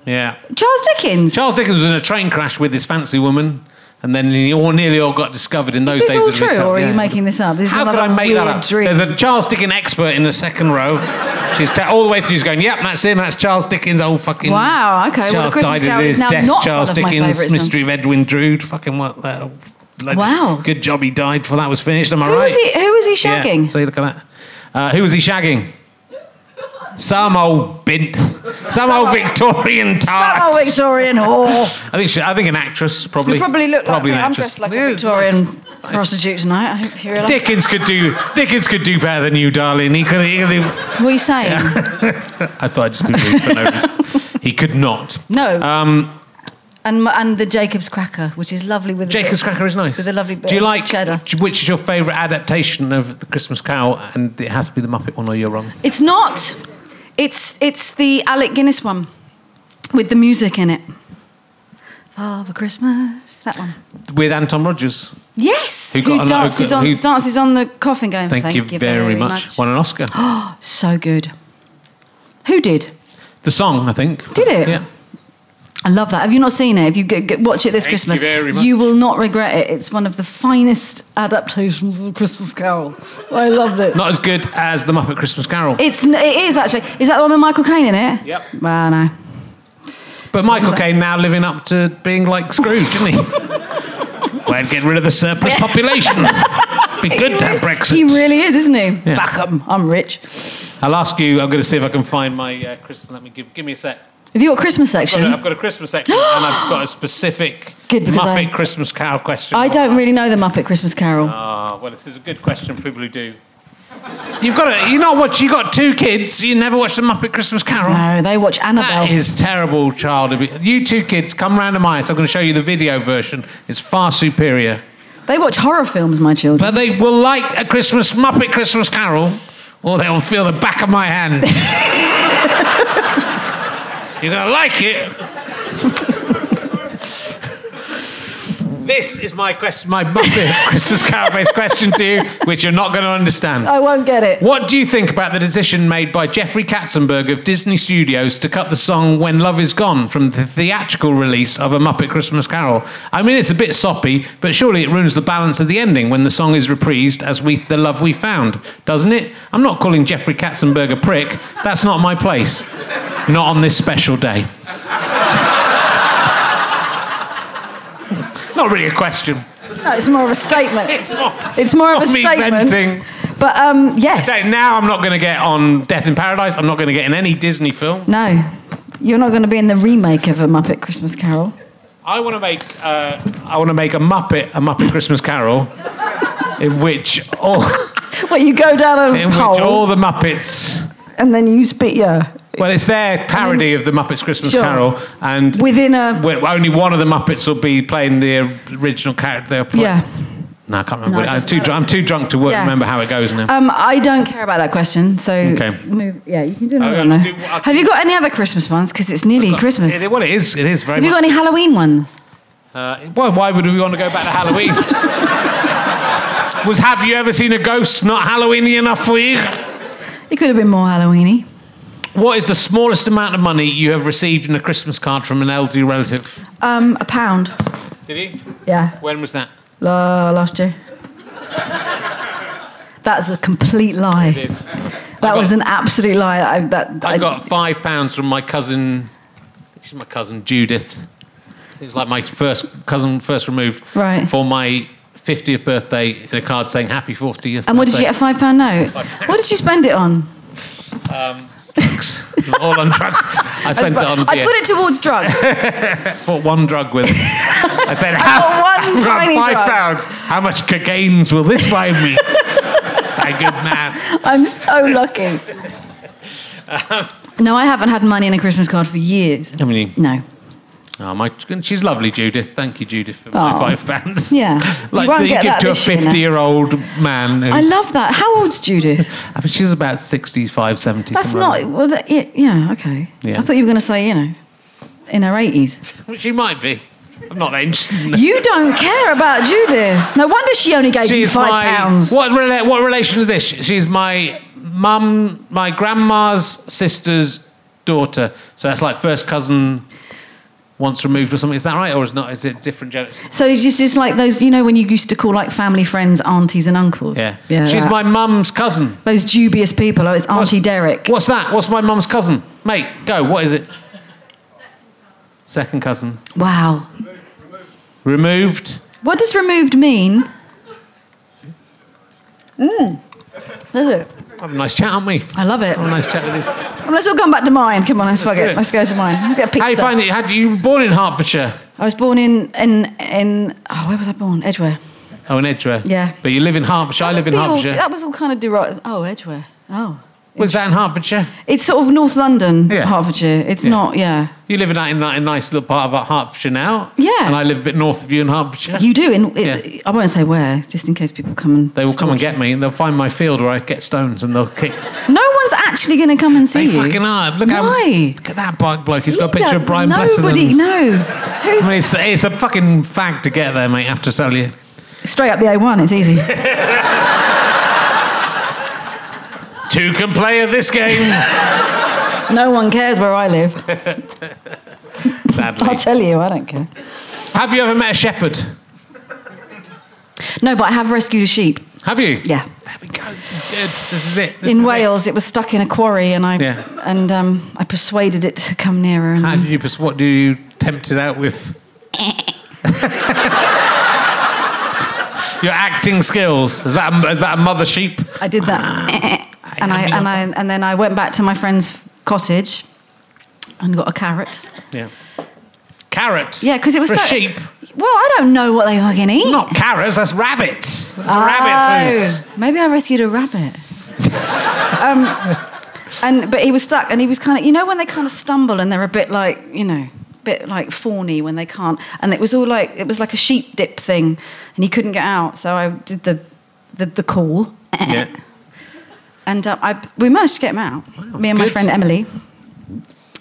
S1: Yeah.
S3: Charles Dickens.
S1: Charles Dickens was in a train crash with this fancy woman, and then he all, nearly all got discovered in those
S3: this
S1: days.
S3: all
S1: it was
S3: true,
S1: tough,
S3: or are
S1: yeah.
S3: you making this up? This is
S1: How could
S3: another
S1: I make that
S3: weird
S1: up?
S3: Dream.
S1: There's a Charles Dickens expert in the second row. She's ta- all the way through. She's going, "Yep, that's him. That's Charles Dickens. Old fucking
S3: Wow, okay, well,
S1: Charles
S3: The Christmas
S1: died at
S3: Carol is
S1: his
S3: now
S1: death.
S3: not
S1: Charles
S3: one of my
S1: Dickens,
S3: favourites,
S1: Mystery of Edwin Drood. Fucking what? Uh, like,
S3: Wow.
S1: Good job he died before that was finished. Am I
S3: who
S1: right?
S3: was he? Who was he
S1: Yeah,
S3: shagging?
S1: see, look at that. Uh, who was he shagging? Some old bint, some old Victorian tart.
S3: Some old Ah, oh, Victorian whore.
S1: I think she, I think an actress Ah. probably.
S3: You probably look
S1: probably
S3: like
S1: an
S3: I'm
S1: actress.
S3: dressed like
S1: Yeah,
S3: a
S1: it's
S3: Victorian
S1: nice.
S3: prostitute tonight. I hope you realise.
S1: Dickens could do Dickens could do better than you, darling. He could. He could
S3: What are you saying?
S1: I thought I'd just be rude for no reason. He could not.
S3: No.
S1: Um,
S3: And and the Jacob's cracker, which is lovely with a bit-
S1: Jacob's Cracker is nice.
S3: With a lovely bit
S1: Do you
S3: of
S1: like
S3: cheddar.
S1: Which is your favourite adaptation of the Christmas Cow? And it has to be the Muppet one, or you're wrong.
S3: It's not. It's it's the Alec Guinness one with the music in it. Father Christmas, that one.
S1: With Anton Rogers.
S3: Yes.
S1: Who got an-
S3: dances
S1: who-
S3: on
S1: who-
S3: dances on the coffin going?
S1: Thank, you, very, much. Won an Oscar.
S3: So good. Who did?
S1: the song, I think.
S3: Did it?
S1: Yeah.
S3: I love that. Have you not seen it? If you g- g- watch it this
S1: Thank you
S3: Christmas,
S1: very much.
S3: you will not regret it. It's one of the finest adaptations of a Christmas Carol. I loved it.
S1: Not as good as the Muppet Christmas Carol.
S3: It's n- it is actually. Is that the one with Michael Caine in it?
S1: Yep.
S3: Well, no.
S1: But Michael Caine now living up to being like Scrooge, isn't he? We'd get rid of the surplus population. Be good to have Brexit.
S3: He really is, isn't he?
S1: Yeah.
S3: Backham. I'm rich.
S1: I'll ask you. I'm going to see if I can find my uh, Christmas. Let me give. Give me a sec.
S3: Have you got a Christmas
S1: I've got
S3: section?
S1: a- I've got a Christmas section, and I've got a specific
S3: Good, because
S1: Muppet
S3: I-
S1: Christmas Carol question.
S3: I don't really know the Muppet Christmas Carol.
S1: Ah, well, this is a good question for people who do. You've got a. You're not watch. You got two kids. You never watched the Muppet Christmas Carol.
S3: no, they watch Annabelle.
S1: That is terrible child abuse. You two kids, come round to my house. I'm going to show you the video version. It's far superior.
S3: They watch horror films, my children.
S1: But they will like a Christmas Muppet Christmas Carol, or they'll feel the back of my hand. You're going to like it. This is my question, my bucket Christmas carol based question to you, which you're not going to understand.
S3: I won't get it.
S1: What do you think about the decision made by Jeffrey Katzenberg of Disney Studios to cut the song When Love Is Gone from the theatrical release of A Muppet Christmas Carol? I mean, it's a bit soppy, but surely it ruins the balance of the ending when the song is reprised as we, The Love We Found, doesn't it? I'm not calling Jeffrey Katzenberg a prick. That's not my place. Not on this special day. not really a question.
S3: No, it's more of a statement.
S1: It's more,
S3: It's more of a
S1: Not me
S3: statement.
S1: venting.
S3: But um, yes.
S1: So now I'm not going to get on Death in Paradise. I'm not going to get in any Disney film.
S3: No, you're not going to be in the remake of A Muppet Christmas Carol.
S1: I want to make uh, I want to make a Muppet a Muppet Christmas Carol, in which all
S3: Well, you go down a
S1: in which
S3: hole
S1: all the Muppets.
S3: and then you spit yeah
S1: Well, it's their parody of the Muppets Christmas
S3: Sure.
S1: Carol, and
S3: within a
S1: well, only one of the Muppets will be playing the original character. They'll play.
S3: yeah.
S1: No, I can't remember.
S3: No,
S1: what it-
S3: it
S1: I'm
S3: doesn't
S1: too dr- I'm too drunk to work,
S3: Yeah.
S1: remember how it goes now.
S3: Um, I don't care about that question, so
S1: Okay.
S3: move. Yeah, you can do another
S1: I'll
S3: one. though.
S1: do what I-
S3: Have you got any other Christmas ones? Because it's nearly Christmas.
S1: It- well, it is. It is very.
S3: Have you
S1: much-
S3: got any Halloween ones?
S1: Uh, why, why would we want to go back to Halloween? Was have you ever seen a ghost not Halloweeny enough for you?
S3: It could have been more Halloweeny.
S1: What is the smallest amount of money you have received in a Christmas card from an elderly relative?
S3: Um, a pound.
S1: Did you?
S3: Yeah,
S1: When was that?
S3: la- last year. That's a complete lie. That
S1: got-
S3: was an absolute lie. I, that
S1: I got five pounds from my cousin. She's my cousin Judith. She's like my first cousin, first removed.
S3: Right.
S1: For my 50th birthday, in a card saying "Happy 40th."
S3: And what did you get? A five pound note. What did you spend it on?
S1: get? All on drugs. I spent it on.
S3: I
S1: beer.
S3: put it towards drugs.
S1: bought one drug with. I said, how,
S3: bought one
S1: I've got
S3: tiny
S1: five
S3: drug."
S1: pounds. How much cocaines will this buy me? Thy good man.
S3: I'm so lucky. No, I haven't had money in a Christmas card for years.
S1: Haven't you?
S3: No.
S1: Oh, my, she's lovely, Judith. Thank you, Judith, for my
S3: Oh.
S1: five pounds.
S3: Yeah.
S1: like
S3: You won't
S1: that you
S3: get
S1: give
S3: that
S1: to a
S3: this year now.
S1: 50 year old man.
S3: I
S1: who's-
S3: love that. How old's Judith?
S1: I mean, she's about 65, 70.
S3: That's
S1: somewhere
S3: not. Well, that, yeah, yeah, okay.
S1: Yeah.
S3: I thought you were going to say, you know, in her 80s.
S1: around. She might be. I'm not that interested in
S3: You don't care about Judith. No wonder she only gave you
S1: She's
S3: five
S1: my
S3: pounds.
S1: what rela- what relation is this? She's my mum, my grandma's sister's daughter. So that's like first cousin, once removed or something. Is that right, or is not? Is it different generation?
S3: So it's just, just like those, you know, when you used to call like family friends aunties and uncles.
S1: Yeah,
S3: yeah
S1: She's
S3: that.
S1: my mum's cousin.
S3: Those dubious people. Oh, it's
S1: What's-
S3: Auntie Derek.
S1: What's that? What's my mum's cousin? Mate, go. What is it? Second cousin.
S3: Wow.
S1: Removed.
S3: What does removed mean? Mm.
S1: Have a nice chat, aren't we?
S3: I love it.
S1: Have a nice chat with this.
S3: Well, let's all go back to mine. Come on, let's, fuck
S1: do
S3: it.
S1: it.
S3: Let's go to mine. Let's get a pizza.
S1: How you find it? How do you you were born in Hertfordshire?
S3: I was born in in in oh, where was I born? Edgware.
S1: Oh, in Edgware.
S3: Yeah.
S1: But you live in Hertfordshire. I live in
S3: Be all-
S1: Hertfordshire.
S3: that was all kind of derog. Oh, Edgware. Oh,
S1: Was that in Hertfordshire?
S3: it's sort of North London,
S1: Yeah.
S3: Hertfordshire. It's not. Yeah,
S1: You live in that, in that nice little part of Hertfordshire now.
S3: Yeah.
S1: And I live a bit north of you in Hertfordshire.
S3: you do. In it,
S1: Yeah.
S3: I won't say where, just in case people come and
S1: they will come and
S3: stalk
S1: get me and they'll find my field where I get stones and they'll kick.
S3: you. No one's actually going to come and see
S1: They
S3: you.
S1: fucking are. Look how.
S3: Why?
S1: Look at that bike bloke. He's got a
S3: You
S1: picture
S3: don't-
S1: of Brian
S3: Nobody.
S1: Blessedlands.
S3: No.
S1: I
S3: Who's
S1: mean, it's, it's a fucking fag to get there, mate, I have to tell you.
S3: straight up the A1? It's easy.
S1: Two can play at this game.
S3: no one cares where I live. I'll
S1: Sadly.
S3: tell you, I don't care.
S1: have you ever met a shepherd?
S3: No, but I have rescued a sheep.
S1: Have you?
S3: Yeah.
S1: There we go. This is good. This is it. This
S3: in
S1: is it.
S3: Wales, it. was stuck in a quarry, and I
S1: Yeah. Ah.
S3: and um, I persuaded it to come nearer. And
S1: How did you, pers- what do you tempt it out with? Your acting skills. Is that a, is that a mother sheep?
S3: I did
S1: Ah.
S3: that, and I and I and then I went back to my friend's cottage and got a carrot.
S1: Yeah. Carrot.
S3: Yeah, because it was
S1: For a
S3: stuck.
S1: sheep.
S3: Well, I don't know what they fucking eat.
S1: Not carrots. That's rabbits. That's
S3: Oh,
S1: rabbit food.
S3: Maybe I rescued a rabbit. um, and but he was stuck, and he was kind of you know when they kind of stumble and they're a bit like you know bit like fawny when they can't, and it was all like it was like a sheep dip thing, and he couldn't get out, so I did the the, the call,
S1: Yeah.
S3: and uh, I we managed to get him out. Me and my
S1: good.
S3: friend Emily.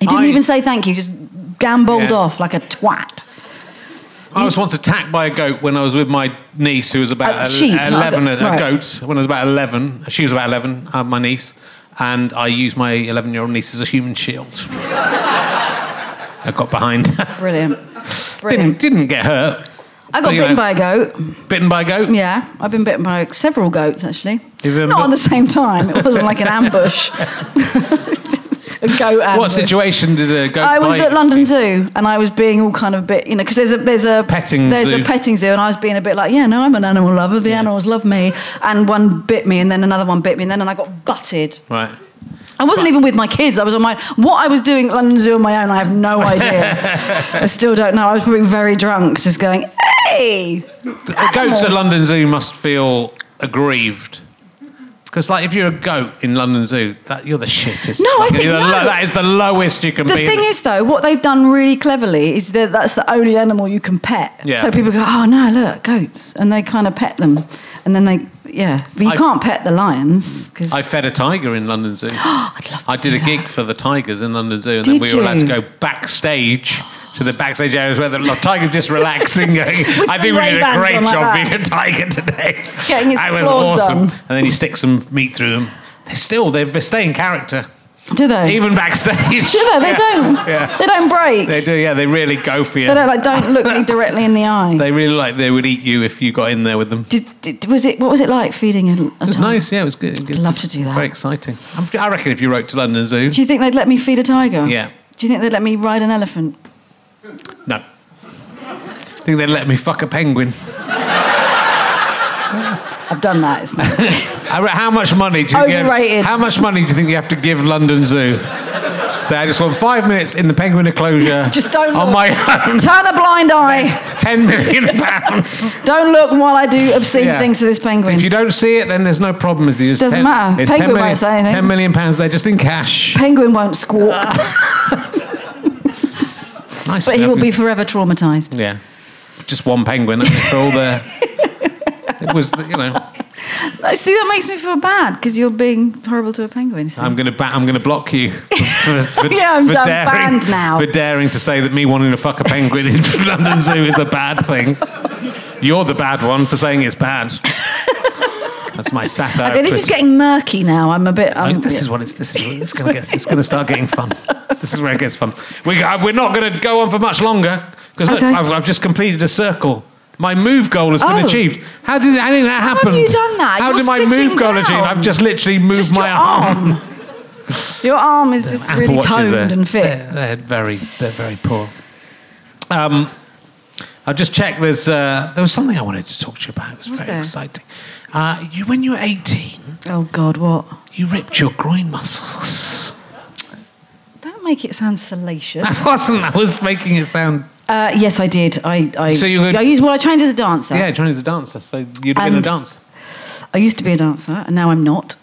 S3: He didn't
S1: I-
S3: even say thank you; just gambled
S1: Yeah.
S3: off like a twat.
S1: I was once attacked by a goat when I was with my niece, who was about
S3: A
S1: el-
S3: sheep, not a
S1: eleven.
S3: goat,
S1: A,
S3: right.
S1: goat when I was about eleven. She was about eleven. Uh, my niece, and I used my eleven-year-old niece as a human shield. I got behind.
S3: Brilliant.
S1: didn't,
S3: Brilliant.
S1: didn't get hurt.
S3: I got
S1: But, you
S3: bitten
S1: know,
S3: by a goat.
S1: bitten by a goat.
S3: Yeah, I've been bitten by several goats actually.
S1: You've been
S3: Not
S1: bit-
S3: on the same time. It wasn't like an ambush. a goat ambush.
S1: What situation did a goat?
S3: I was
S1: bite?
S3: at London Zoo and I was being all kind of a bit, you know, because there's a there's a
S1: Petting
S3: there's
S1: zoo.
S3: a petting zoo, and I was being a bit like, yeah, no, I'm an animal lover. The animals love me. And one bit me, and then another one bit me, and then I got butted.
S1: Right.
S3: I wasn't even with my kids. I was on my what I was doing at London Zoo on my own. I have no idea. I still don't know. I was probably very drunk, just going, hey.
S1: The goats at London Zoo must feel aggrieved. Because, like, if you're a goat in London Zoo, that you're the shittest.
S3: No, I
S1: fucking-
S3: think
S1: you're the
S3: no.
S1: that is the lowest you can
S3: The
S1: be.
S3: thing is, though, what they've done really cleverly is that that's the only animal you can pet.
S1: Yeah.
S3: So people go, oh no, look, goats, and they kind of pet them, and then they, yeah, but you
S1: I-
S3: can't pet the lions because
S1: I fed a tiger in London Zoo.
S3: I'd love to
S1: I did
S3: do
S1: a
S3: that.
S1: gig for the Tigers in London Zoo, and then
S3: Did
S1: we were allowed to
S3: you?
S1: go backstage to the backstage areas where the Tiger's just relaxing. going, I think we
S3: some
S1: did a
S3: Ray-Bans
S1: great
S3: on
S1: job
S3: like that."
S1: being a Tiger today.
S3: Getting his
S1: I was
S3: claws
S1: awesome.
S3: done.
S1: And then you stick some meat through them. They still, they they stay in character,
S3: Do they?
S1: even backstage.
S3: do they? They
S1: Yeah.
S3: don't.
S1: Yeah.
S3: They don't break. They,
S1: They do, yeah. They really go for you.
S3: don't like don't look me directly in the eye.
S1: They really like they would eat you if you got in there with them.
S3: did, did, was it what was it like feeding a, a
S1: It was
S3: tiger?
S1: nice, yeah. It was good. It was-
S3: love to do that.
S1: Very exciting. I'm, I reckon if you wrote to London Zoo,
S3: Do you think they'd let me feed a tiger?
S1: Yeah.
S3: Do you think they'd let me ride an elephant?
S1: no. I think they'd let me fuck a penguin.
S3: I've done that. It's not-
S1: I re- how much money do you get-
S3: Overrated.
S1: how much money do you think you have to give London Zoo? So I just want five minutes in the penguin enclosure.
S3: Just don't
S1: on
S3: look.
S1: my own.
S3: Turn a blind eye.
S1: Ten million pounds.
S3: Don't look while I do obscene
S1: Yeah.
S3: things to this penguin.
S1: If you don't see it, then there's no problem. Is just
S3: Doesn't
S1: 10
S3: matter.
S1: It's
S3: Penguin
S1: 10 million,
S3: won't say anything.
S1: Ten million pounds there, just in cash.
S3: Penguin won't squawk,
S1: Nice.
S3: but he will
S1: lovely.
S3: be forever traumatized.
S1: Yeah, just one penguin for all the. It was, the- you know,
S3: See, that makes me feel bad because you're being horrible to a penguin. see?
S1: I'm gonna ba- I'm gonna block you for, for, for-
S3: Yeah, I'm
S1: for
S3: done,
S1: daring
S3: banned now.
S1: for daring to say that me wanting to fuck a penguin in London Zoo is a bad thing. You're the bad one for saying it's bad. That's my satire.
S3: Okay, this is getting murky now. I'm a bit.
S1: I-
S3: Um,
S1: this is what it's. This is. What it's gonna get. It's gonna start getting fun. This is where it gets fun. We, uh, we're not gonna go on for much longer because look,
S3: Okay.
S1: I've, I've just completed a circle. My move goal has been
S3: Oh.
S1: achieved. How did how did that
S3: How have
S1: happen?
S3: you done that?
S1: How
S3: You're
S1: did my
S3: sitting
S1: move goal
S3: down.
S1: achieve? I've just literally moved
S3: just
S1: my
S3: your arm. your arm is just
S1: Apple
S3: really
S1: Watches
S3: toned
S1: are-
S3: and fit.
S1: They're, they're very they're very poor. Um, I'll just check. There's uh, there was something I wanted to talk to you about. It was,
S3: Was
S1: very
S3: there?
S1: exciting. Uh, you when you were 18,
S3: Oh God, what?
S1: you ripped your groin muscles.
S3: Don't make it sound salacious.
S1: I wasn't. I was making it sound.
S3: uh, yes, I did. I. I
S1: So you were-
S3: I used. Well, I trained as a dancer.
S1: Yeah, Johnny's a dancer, so you'd have been a
S3: And-
S1: dancer.
S3: I used to be a dancer, and now I'm not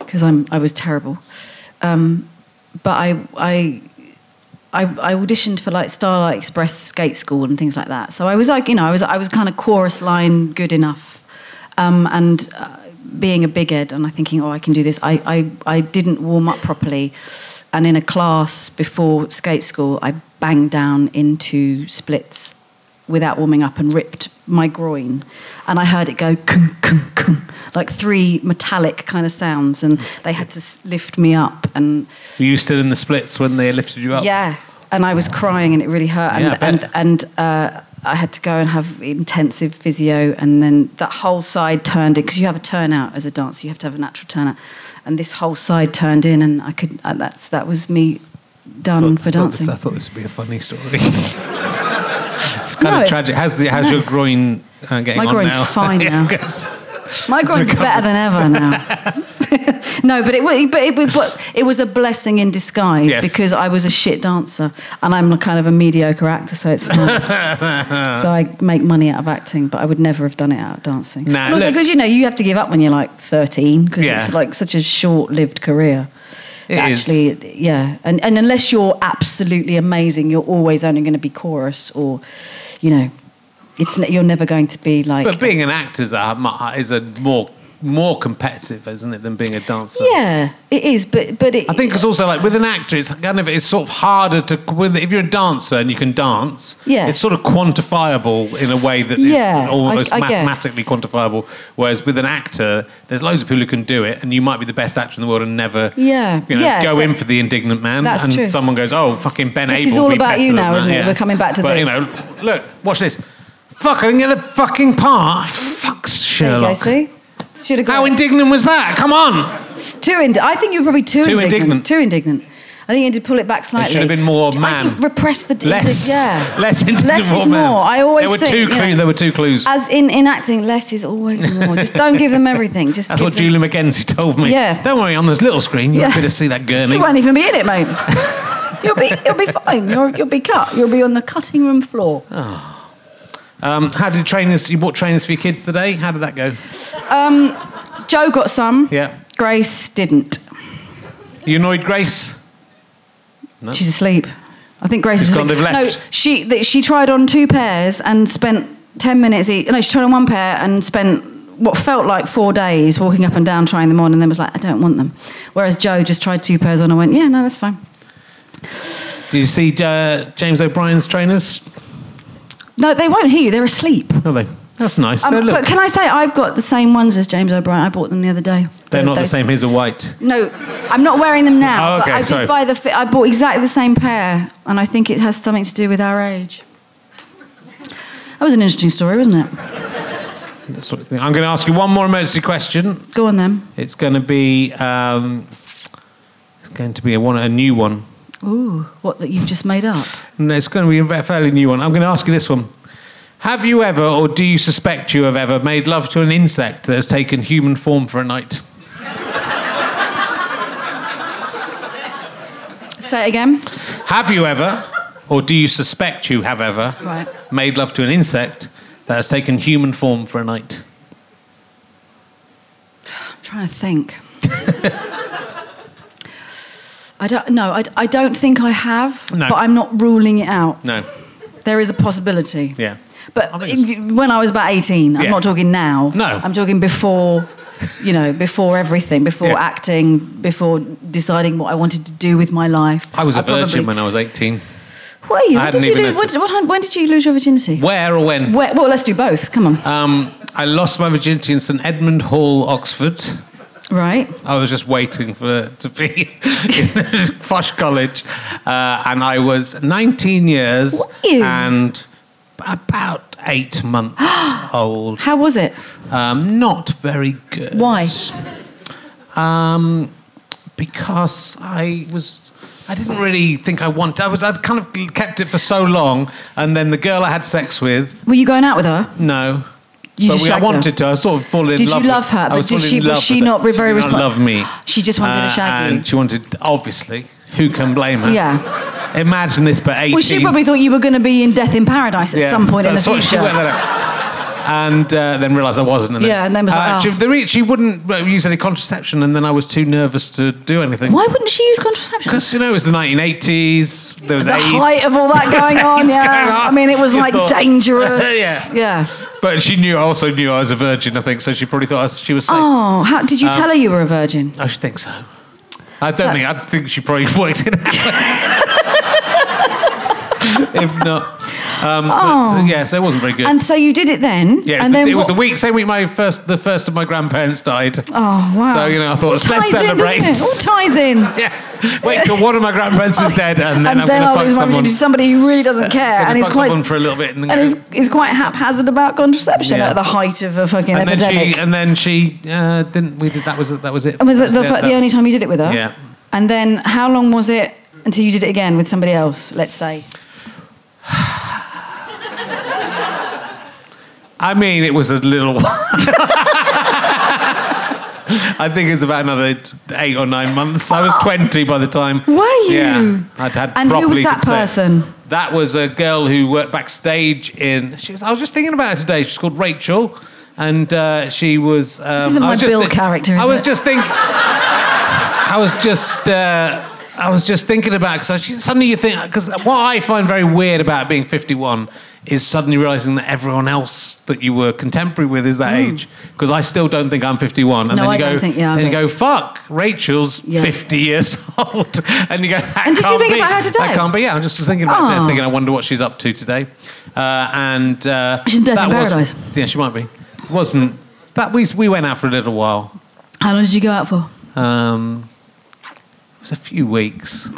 S3: because I'm I was terrible. Um, but I I. I, I auditioned for like Starlight Express skate school and things like that. So I was like, you know, I was I was kind of chorus line good enough, um, and uh, being a big head and I thinking, oh, I can do this. I, I I didn't warm up properly, and in a class before skate school, I banged down into splits without warming up and ripped my groin. And I heard it go kung, kung, kung, like three metallic kind of sounds. And they had to s- lift me up. And
S1: Were you still in the splits when they lifted you up?
S3: yeah. And I was crying and it really hurt. And,
S1: Yeah, I bet.
S3: and, and uh, I had to go and have intensive physio. And then that whole side turned in because you have a turnout as a dancer, you have to have a natural turnout. And this whole side turned in, and I could, and that's, that was me done for dancing.
S1: I thought this would be a funny story. it's kind
S3: No.
S1: of tragic. How's, the, how's
S3: No.
S1: your groin uh, getting
S3: My
S1: on
S3: groin's
S1: now?
S3: fine
S1: Yeah,
S3: now.
S1: good.
S3: My groin's
S1: recovered.
S3: better than ever now. no, but it, wa- but it, but it was a blessing in disguise
S1: Yes.
S3: because I was a shit dancer and I'm a kind of a mediocre actor, so it's fine. so I make money out of acting, but I would never have done it out of dancing.
S1: Nah,
S3: and also
S1: look-
S3: because you know you have to give up when you're like 13 because
S1: Yeah.
S3: it's like such a short-lived career.
S1: It is.
S3: Actually, yeah, and and unless you're absolutely amazing, you're always only going to be chorus or, you know, it's ne- you're never going to be like
S1: But being an actor is a, mu- is a more more competitive, isn't it, than being a dancer?
S3: Yeah, it is, but but it,
S1: I think it's also like with an actor, it's kind of it's sort of harder to with if you're a dancer and you can dance.
S3: Yes.
S1: it's sort of quantifiable in a way that is
S3: Yeah, I-
S1: almost
S3: I guess.
S1: mathematically quantifiable. Whereas with an actor, there's loads of people who can do it, and you might be the best actor in the world and never,
S3: Yeah,
S1: you know,
S3: yeah,
S1: go in
S3: but-
S1: for the indignant man.
S3: That's
S1: and
S3: true.
S1: someone goes, "Oh, fucking Ben
S3: This
S1: Abel."
S3: is all
S1: be
S3: about
S1: better
S3: you
S1: than
S3: now,
S1: that.
S3: isn't it?
S1: Yeah.
S3: We're coming back to
S1: but,
S3: this.
S1: You know, look, watch this. Fuck! I didn't get the fucking part. Fuck
S3: there you go.
S1: Sherlock.
S3: See, should have
S1: How
S3: got it.
S1: indignant was that? Come on!
S3: It's too ind- I think you were probably too,
S1: Too indignant.
S3: Too indignant. I think you need to pull it back slightly.
S1: should have been more
S3: I
S1: man.
S3: think repress the
S1: Less,
S3: yeah.
S1: less indignant
S3: Less is
S1: more. man.
S3: more. I always
S1: there were
S3: think,
S1: two
S3: you
S1: clues.
S3: know,
S1: there were two clues.
S3: As in in acting, less is always more. Just don't give them everything. Just
S1: That's
S3: give
S1: what
S3: them-
S1: Julie McKenzie told me.
S3: Yeah.
S1: Don't worry, on this little screen, you'll
S3: Yeah.
S1: be to see that gurney.
S3: You won't even be in it, mate. you'll be you'll be fine. You'll you'll be cut. You'll be on the cutting room floor.
S1: Um, how did trainers, you bought trainers for your kids today? How did that go?
S3: Um, Joe got some.
S1: Yeah.
S3: Grace didn't.
S1: You annoyed Grace?
S3: She's asleep. I think Grace
S1: She's
S3: is
S1: gone,
S3: asleep.
S1: they've left.
S3: No, she th- she tried on two pairs and spent ten minutes each. No, she tried on one pair and spent what felt like four days walking up and down trying them on, and then was like, I don't want them. Whereas Joe just tried two pairs on and went, Yeah, no, that's fine.
S1: Did you see uh, James O'Brien's trainers?
S3: No, they won't hear you. They're asleep.
S1: Are they? That's nice.
S3: Um,
S1: they look,
S3: but can I say I've got the same ones as James O'Brien? I bought them the other day.
S1: they're not the
S3: those-
S1: same. His are white.
S3: No, I'm not wearing them now.
S1: Oh, okay,
S3: but I did
S1: sorry.
S3: buy the. fi- I bought exactly the same pair, and I think it has something to do with our age. That was an interesting story, wasn't it?
S1: That sort of thing. I'm going to ask you one more emergency question.
S3: Go on then.
S1: It's going to be. Um, it's going to be a, one, a new one.
S3: Ooh, what that you've just made up?
S1: No, it's going to be a fairly new one. I'm going to ask you this one. Have you ever, or do you suspect you have ever, made love to an insect that has taken human form for a night?
S3: Say it again.
S1: Have you ever, or do you suspect you have ever,
S3: Right.
S1: made love to an insect that has taken human form for a night?
S3: I'm trying to think. I don't. No, I, I don't think I have.
S1: No.
S3: But I'm not ruling it out.
S1: No.
S3: There is a possibility.
S1: Yeah.
S3: But
S1: I think
S3: when I was about 18,
S1: Yeah.
S3: I'm not talking now.
S1: No.
S3: I'm talking before, you know, before everything, before
S1: Yeah.
S3: acting, before deciding what I wanted to do with my life.
S1: I was a
S3: a
S1: virgin when I was 18.
S3: Were you?
S1: I
S3: When did
S1: hadn't
S3: you
S1: even
S3: lose, what,
S1: noticed.
S3: what time, when did you lose your virginity?
S1: Where or when?
S3: Where, well, let's do both. Come on.
S1: Um, I lost my virginity in St Edmund Hall, Oxford.
S3: Right.
S1: I was just waiting for to be in posh college, uh, and I was 19 years
S3: Were you?
S1: and about eight months old.
S3: How was it?
S1: Um, not very good.
S3: Why?
S1: Um, because I was. I didn't really think I wanted. I was. I'd kind of kept it for so long, and then the girl I had sex with.
S3: Were you going out with her?
S1: No.
S3: You
S1: but
S3: just
S1: we, I
S3: shagged her.
S1: wanted to. I sort of fall in
S3: Did
S1: love.
S3: you
S1: with-
S3: love her?
S1: I
S3: But
S1: was
S3: did
S1: falling
S3: she-
S1: in
S3: was
S1: love
S3: she
S1: with her.
S3: not very
S1: did
S3: respon-
S1: love me.
S3: She just wanted to
S1: Uh,
S3: shag you.
S1: And she wanted, obviously, who can blame her?
S3: Yeah.
S1: Imagine this, but 18.
S3: Well, she probably thought you were going to be in Death in Paradise at
S1: Yeah,
S3: some point in the
S1: that's what she
S3: future.
S1: went there. and uh, then realised I wasn't. And
S3: Yeah, and then was like,
S1: uh,
S3: oh.
S1: she, the re- she wouldn't uh, use any contraception, and then I was too nervous to do anything.
S3: Why wouldn't she use contraception?
S1: Because you know it was the 1980s. There was
S3: the
S1: AIDS.
S3: height of all that
S1: There was
S3: going on,
S1: AIDS
S3: yeah.
S1: going on.
S3: I mean, it was
S1: You
S3: like
S1: thought-
S3: dangerous.
S1: yeah.
S3: yeah.
S1: But she knew. Also knew I was a virgin. I think so. She probably thought I was, she was safe.
S3: Oh, how, did
S1: Um,
S3: you tell her you were a virgin?
S1: I should think so. I don't think. I think she probably worked it out. if not, um, but, uh, yeah. So it wasn't very good.
S3: Oh. And so you did it then.
S1: yeah, it was,
S3: and
S1: the,
S3: then
S1: it was
S3: what-
S1: the week, same week my first, the first of my grandparents died.
S3: Oh wow!
S1: So you know, I thought
S3: All
S1: let's
S3: ties in,
S1: celebrate.
S3: doesn't it? All ties in.
S1: yeah, wait till one of my grandparents
S3: Oh.
S1: is dead, and then I'm
S3: I'll
S1: going to
S3: lose
S1: fuck
S3: my
S1: someone.
S3: virginity to somebody who really doesn't care,
S1: Gonna
S3: and he's
S1: fuck
S3: quite
S1: someone for a little bit, and then
S3: and
S1: go-
S3: he's, he's quite haphazard about contraception
S1: Yeah.
S3: at the height of a fucking
S1: and
S3: epidemic.
S1: Then she, and then she uh, didn't. We did that. Was it- that was it?
S3: and was
S1: that
S3: it the,
S1: it,
S3: fir- the
S1: that-
S3: only time you did it with her?
S1: Yeah.
S3: And then how long was it until you did it again with somebody else? Let's say.
S1: I mean, it was a little. while. I think it was about another eight or nine months. I was twenty by the time.
S3: Were you?
S1: Yeah, I'd had.
S3: And who was
S1: properly
S3: that
S1: consent.
S3: person?
S1: That was a girl who worked backstage in. She was. I was just thinking about her today. She's called Rachel, and uh, she was. Um,
S3: isn't
S1: I
S3: my
S1: was just
S3: Bill character, is
S1: I was
S3: it?
S1: just thinking. I was just. Uh, I was just thinking about because suddenly you think because what I find very weird about being 51 is suddenly realizing that everyone else that you were contemporary with is that age because I still don't think I'm 51 and
S3: Mm. No,
S1: then you
S3: I
S1: go
S3: don't think- yeah, I
S1: then you
S3: don't-
S1: go fuck Rachel's
S3: Yeah.
S1: 50 years old and you go that
S3: And did you
S1: can't
S3: think
S1: be.
S3: about her today? Oh.
S1: I can't be yeah I'm just thinking about this
S3: Aw.
S1: thinking I wonder what she's up to today uh, and uh,
S3: She's in Death in
S1: was-
S3: Paradise.
S1: yeah she might be wasn't that we we went out for a little while
S3: How long did you go out for?
S1: um, it was a few weeks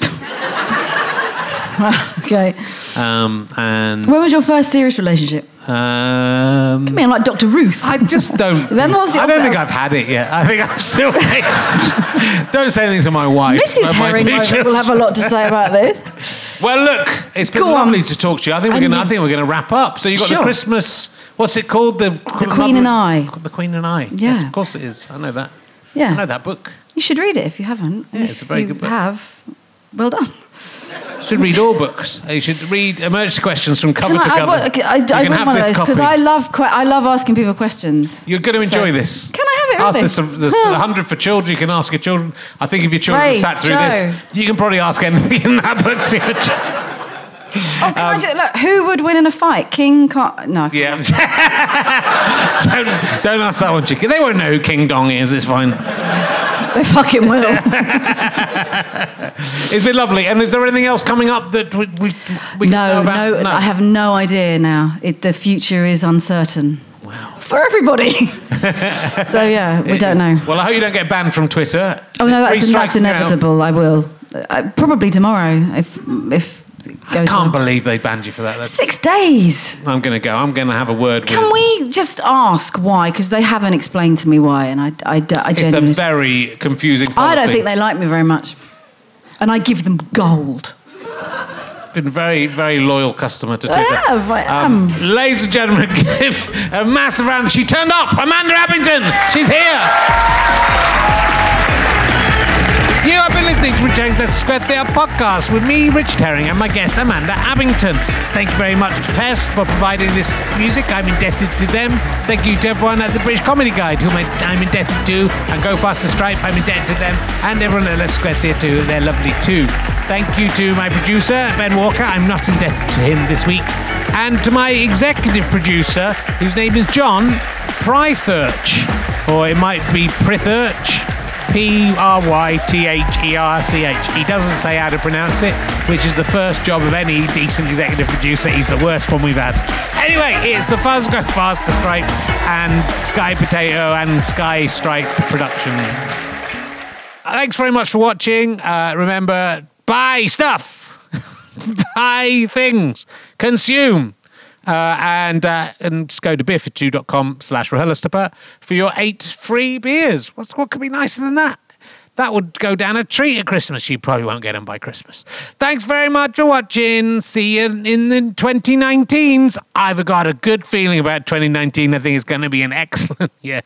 S3: Okay.
S1: um, and
S3: When was your first serious relationship? I
S1: um,
S3: mean, like Dr. Ruth.
S1: I just don't.
S3: Then was the
S1: I don't
S3: other-
S1: think I've had it yet. I think I'm still waiting. don't say anything to my wife.
S3: Mrs.
S1: or my
S3: Herring
S1: teachers.
S3: will have a lot to say about this.
S1: Well, look, it's been
S3: Go on.
S1: lovely to talk to you. I think we're
S3: And
S1: going. to I
S3: you-
S1: think we're going to wrap up. So you have got the
S3: Sure.
S1: Christmas. What's it called? The
S3: The Queen and I.
S1: The Queen and I. Yes,
S3: Yeah.
S1: of course it is. I know that.
S3: Yeah.
S1: I know that book.
S3: You should read it if you haven't. And
S1: Yeah,
S3: if
S1: it's a very
S3: you
S1: good book.
S3: have, well done.
S1: should read all books. Uh, You should read emergency questions from cover
S3: Can
S1: to
S3: I, I,
S1: cover.
S3: wa- okay, I,
S1: You can
S3: I
S1: have
S3: want one of
S1: this
S3: those because
S1: copy.
S3: I love que- I love asking people questions.
S1: You're going to enjoy
S3: So-
S1: this.
S3: Can I have it?
S1: Ask
S3: Really?
S1: this, there's
S3: Huh.
S1: 100 for children. You can ask your children. I think if your children
S3: Grace,
S1: sat through
S3: Joe.
S1: this, you can probably ask anything in that book to your children.
S3: Oh, can I just, look, who would win in a fight? King Kong? No.
S1: Um, Yeah. don't, don't ask that one, Chicky. They won't know who King Dong is. It's fine.
S3: They fucking will.
S1: It's been lovely. And is there anything else coming up that we, we, we
S3: no,
S1: can know about?
S3: no, I have no idea now. It, the future is uncertain. Wow. For everybody. so yeah, we
S1: It
S3: don't
S1: is.
S3: know.
S1: Well, I hope you don't get banned from Twitter.
S3: Oh no,
S1: Three
S3: that's,
S1: strikes
S3: that's
S1: and you're out.
S3: inevitable. I will. Uh, probably tomorrow if if. It goes
S1: I can't
S3: well.
S1: believe they banned you for that. That's-
S3: Six days.
S1: I'm going to go. I'm going to have a word with
S3: Can we just ask why? Because they haven't explained to me why, and I, I, d- I
S1: It's a
S3: genuinely.
S1: very confusing policy.
S3: I don't think they like me very much, and I give them gold.
S1: been very, very loyal customer to Twitter.
S3: have, I
S1: Um, ladies and gentlemen, give a massive round. She turned up. Amanda Abington. She's here. You have been listening to Rich Herring's Let's Square Theatre podcast with me, Rich Herring, and my guest, Amanda Abington. Thank you very much to Pest for providing this music. I'm indebted to them. Thank you to everyone at the British Comedy Guide, whom I, I'm indebted to, and Go Faster Stripe, I'm indebted to them, and everyone at Let's Square Theatre, who they're lovely too. Thank you to my producer, Ben Walker. I'm not indebted to him this week. And to my executive producer, whose name is John Prythurch, or it might be Prithurch. P R Y T H E R C H. He doesn't say how to pronounce it, which is the first job of any decent executive producer. He's the worst one we've had. Anyway, it's a Fuzz Go Faster Stripe and Sky Potato and Sky Stripe production. Thanks very much for watching. Uh, remember, buy stuff, buy things, consume. Uh, and uh, and just go to beerfortwo.com slash Rohelastapa for your eight free beers. What's, what could be nicer than that? That would go down a treat at Christmas. You probably won't get them by Christmas. Thanks very much for watching. See you in the 2019s. I've got a good feeling about 2019. I think it's going to be an excellent year.